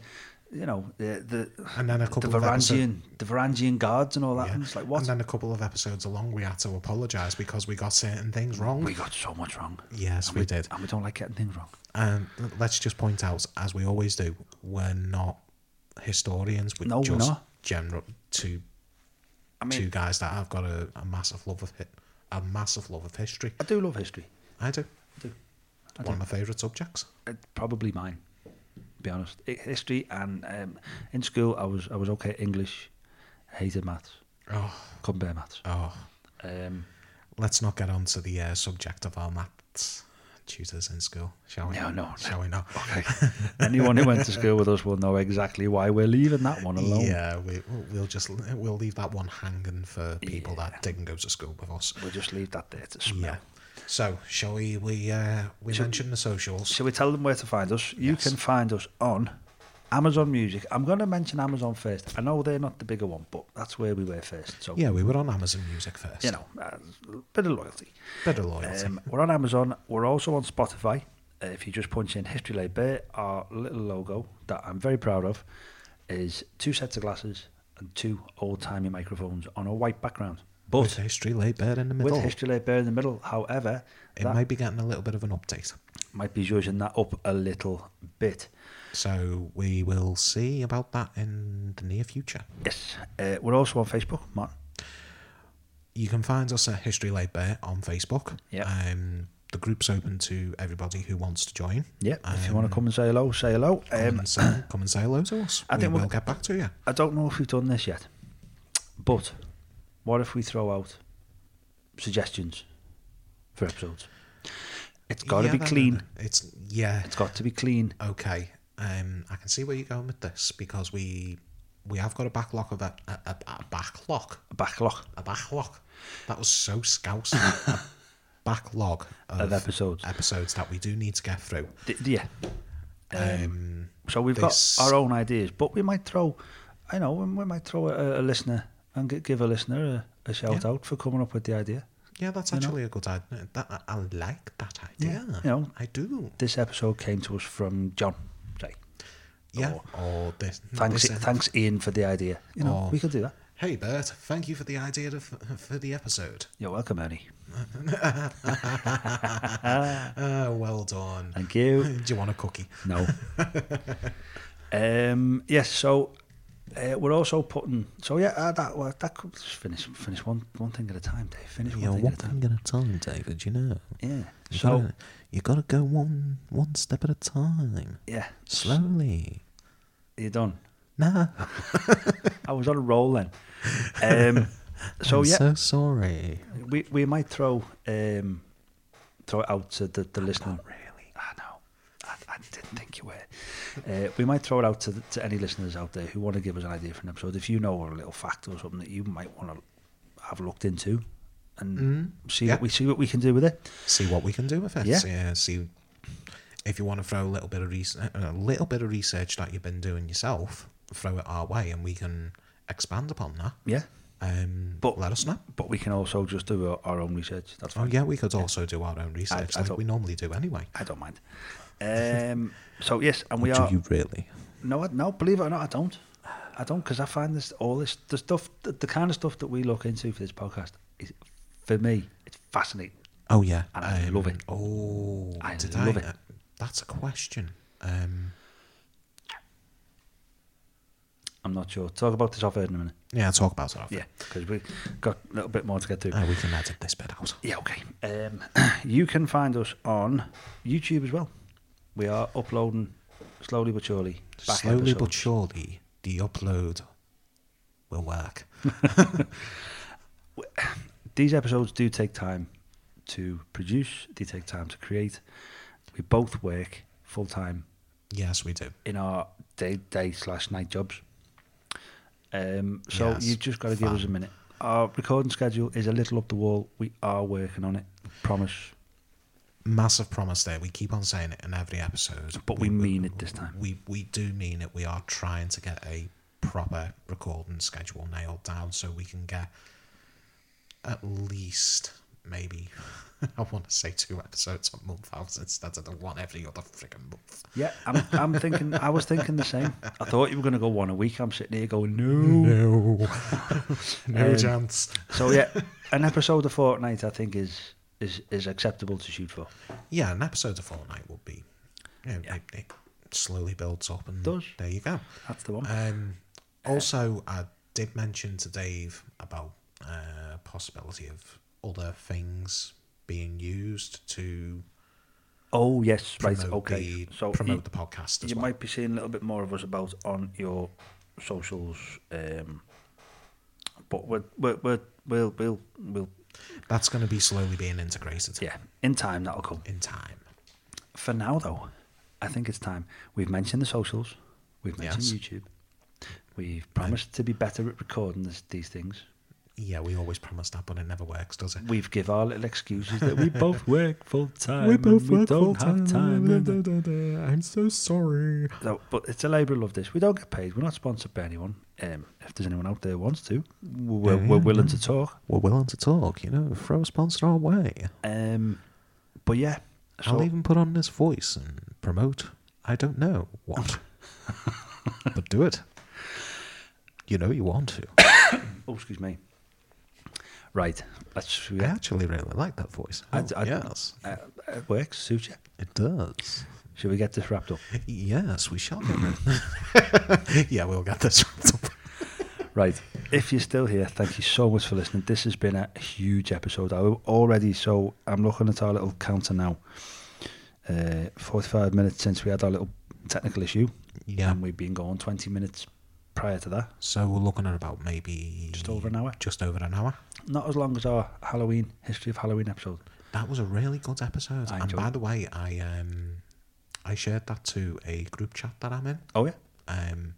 A: you know, the the
B: And then a
A: the
B: couple of episodes.
A: Varangian the Varangian guards and all that.
B: Yeah.
A: And it's like what
B: And then a couple of episodes along, we had to apologise because we got certain things wrong.
A: we got so much wrong.
B: yes,
A: And
B: we did.
A: and we don't like getting things wrong.
B: And let's just point out, as we always do, we're not historians. We're
A: No, we're
B: just
A: not.
B: general two
A: I mean,
B: two guys that have got a, a massive love of it, a massive love of history.
A: I do love history.
B: I do.
A: do.
B: It's One of my favourite subjects.
A: It's probably mine. To be honest, I- history and um, in school I was I was okay at English, hated maths,
B: Oh,
A: couldn't bear maths.
B: oh.
A: Um,
B: Let's not get on to the uh, subject of our maths tutors in school, shall we?
A: No, no, no.
B: Shall we not? <laughs>
A: okay. Anyone who went to school with us will know exactly why we're leaving that one alone.
B: Yeah, we, we'll just we'll leave that one hanging for people that didn't go to school with us.
A: We'll just leave that there to smell.
B: Yeah. So, shall we? We uh, we mention the socials.
A: Shall we tell them where to find us? You
B: Yes.
A: can find us on Amazon Music. I'm going to mention Amazon first. I know they're not the bigger one, but that's where we were first. So,
B: Yeah, we were on Amazon Music first.
A: you know, a bit of loyalty.
B: bit of loyalty.
A: Um, we're on Amazon. We're also on Spotify. Uh, if you just punch in History Lay Bear, our little logo that I'm very proud of is two sets of glasses and two old timey microphones on a white background.
B: with
A: But
B: history laid bare in the
A: with
B: middle,
A: History Lay Bear in the middle, however,
B: it
A: that
B: might be getting a little bit of an update.
A: might be zhuzhing that up a little bit.
B: So we will see about that in the near future.
A: Yes. Uh, we're also on Facebook, Martin.
B: You can find us at History Laid Bare on Facebook.
A: Yep.
B: Um, the group's open to everybody who wants to join.
A: Yeah, if you want to come and say hello, say hello.
B: Um, Come,
A: Um,
B: and say, come and say hello to us.
A: I
B: we
A: think
B: will
A: we'll-
B: get back to you.
A: I don't know if we've done this yet, but what if we throw out suggestions for episodes? It's got to
B: Yeah,
A: be
B: no, no,
A: clean.
B: no. It's yeah.
A: It's got to be clean.
B: Okay. Um, I can see where you're going with this because we we have got a backlog of a, a, a, a backlog
A: A backlog
B: a backlog. That was so scouse.
A: <laughs>
B: a backlog of,
A: of episodes.
B: episodes that we do need to get through.
A: D- yeah.
B: Um,
A: So we've
B: this-
A: got our own ideas, but we might throw, I know, we we might throw a, a listener and gi- give a listener a, a shout out for coming up with the idea.
B: Yeah, that's
A: You know?
B: actually a good idea. That, I, I like that idea.
A: you know.
B: I do.
A: This episode came to us from John. Say,
B: Yeah.
A: Or-
B: Or, this.
A: thanks,
B: this-
A: thanks, Ian, for the idea. You know,
B: Or-
A: we could do that.
B: Hey, Bert. Thank you for the idea of, for the episode. <laughs>
A: You're welcome, Ernie.
B: Ah, well done. <laughs>
A: Thank <laughs> you.
B: do you want a cookie?
A: No. um, yes. So uh, we're also putting. So yeah, uh, that well, that could just finish finish one one thing at a time, Dave. Finish one thing at a time.
B: at a time, David. You know.
A: Yeah. So
B: you got to go one one step at a time,
A: yeah,
B: slowly.
A: you're done.
B: No,
A: I was on a roll then.
B: <laughs>
A: Um, so yeah,
B: so sorry.
A: we we might throw um, throw it out to the the listener.
B: Really?
A: I know. I, I didn't think you were. Uh, we might throw it out to, the, to any listeners out there who want to give us an idea for an episode. If you know a little fact or something that you might want to have looked into, and see
B: Mm-hmm. yeah.
A: what we see what we can do with it.
B: See what we can do with it.
A: Yeah.
B: See, uh, see if you want to throw a little bit of research, a little bit of research that you've been doing yourself. Throw it our way, and we can expand upon that.
A: Yeah,
B: Um,
A: But-
B: but let us know.
A: but we can also just do our, our own research. That's
B: Oh
A: fine.
B: yeah, we could also do our own research
A: I
B: like
A: don't-
B: we normally do anyway.
A: I don't mind. Um, so yes, and we are.
B: really?
A: No, I, no, believe it or not, I don't. I don't because I find this all this the stuff the, the kind of stuff that we look into for this podcast is for me it's fascinating.
B: Oh yeah,
A: And I love it.
B: Oh,
A: I
B: did
A: love
B: I?
A: it.
B: That's a question. Um,
A: I'm not sure. Talk about this off air in a minute.
B: yeah, talk about it. Off
A: Yeah, because we've got a little bit more to get to.
B: Uh, we can edit this bit out.
A: Yeah, okay. Um, <clears throat> you can find us on YouTube as well. We are uploading slowly but surely. Back
B: Slowly
A: episodes.
B: but surely, the upload
A: <laughs>
B: will work.
A: <clears throat> These episodes do take time to produce. They take time to create. We both work full time
B: Yes, we do.
A: in our day day slash night jobs. Um, so
B: Yes,
A: you've just got to give us a
B: fun.
A: minute. Our recording schedule is a little up the wall. We are working on it. Promise.
B: Massive promise there. We keep on saying it in every episode,
A: But we mean it this time.
B: We we do mean it. We are trying to get a proper recording schedule nailed down so we can get at least maybe <laughs> I want to say two episodes a month out instead of the one every other freaking month.
A: Yeah, I'm, I'm thinking. I was thinking the same. I thought you were going to go one a week. I'm sitting here going,
B: <laughs>
A: no.
B: No, no
A: Um,
B: chance.
A: So yeah, an episode a fortnight, I think, is is is acceptable to shoot for.
B: Yeah, an episode of Fortnite would be. You know,
A: Yeah.
B: it, it slowly builds up and
A: Does.
B: there you go.
A: That's the one.
B: Um,
A: Uh,
B: also, I did mention to Dave about uh, possibility of other things being used to
A: Oh yes, right.
B: promote
A: Okay.
B: the
A: So
B: promote
A: you,
B: the podcast as
A: you
B: well.
A: might be seeing a little bit more of us about on your socials, um, but we're we're, we're we'll we'll we'll
B: That's going to be slowly being integrated
A: yeah. In time, that'll come.
B: in time.
A: For now, though, I think it's time. We've mentioned the socials, we've mentioned
B: Yes.
A: YouTube, we've promised to be better at recording this, these things.
B: Yeah, we always promise that, but it never works, does it?
A: We've give our little excuses that
C: <laughs>
A: we both work full time.
C: We both
A: and
C: work
A: don't
C: full
A: have
C: time.
A: time.
C: I'm so sorry.
A: No, but it's a labour of love. This we don't get paid. We're not sponsored by anyone. Um, if there's anyone out there who wants to, we're,
B: Yeah,
A: we're
B: yeah,
A: willing to talk.
B: We're willing to talk, you know. Throw a sponsor our way.
A: Um, but yeah, so
B: I'll even put on this voice and promote. I don't know what, but do it. You know you want to.
A: oh, excuse me. Right, let's.
B: I
A: Yeah,
B: actually really like that voice.
A: I-
B: Oh,
A: I-
B: yes,
A: uh, it works. Suits you.
B: it does.
A: Should we get this wrapped up?
B: Yes, we shall get rid. yeah, we'll get this wrapped up.
A: Right. If you're still here, thank you so much for listening. This has been a huge episode I already, so I'm looking at our little counter now. Uh, 45 minutes since we had our little technical issue,
B: Yeah.
A: and we've been going 20 minutes prior to that.
B: So we're looking at about maybe
A: Just over an hour.
B: Just over an hour.
A: Not as long as our Halloween, history of Halloween episode.
B: That was a really good episode.
A: I
B: and
A: enjoyed
B: by
A: it.
B: the way, I um, I shared that to a group chat that I'm in.
A: Oh, yeah.
B: um,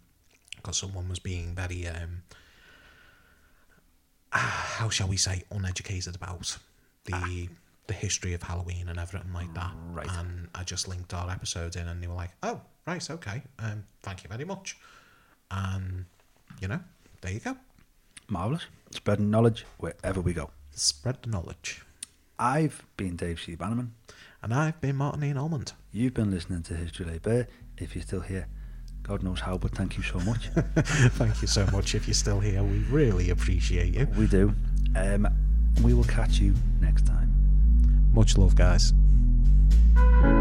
B: because someone was being very, um, <sighs> ah, how shall we say, uneducated about the the history of Halloween and everything like that.
A: Right.
B: And I just linked our episode in, and they were like, "Oh, right, okay, um, thank you very much." And you know, there you go.
A: Marvellous. Spreading knowledge wherever we go.
B: Spread the knowledge.
A: I've been Dave C. Bannerman.
B: And I've been Martin Ian Almond.
A: You've been listening to History Lay Bare. If you're still here, God knows how, but thank you so much.
B: <laughs> Thank you so much. If you're still here, we really appreciate you.
A: we do. Um, we will catch you next time.
B: Much love, guys.
D: Bye.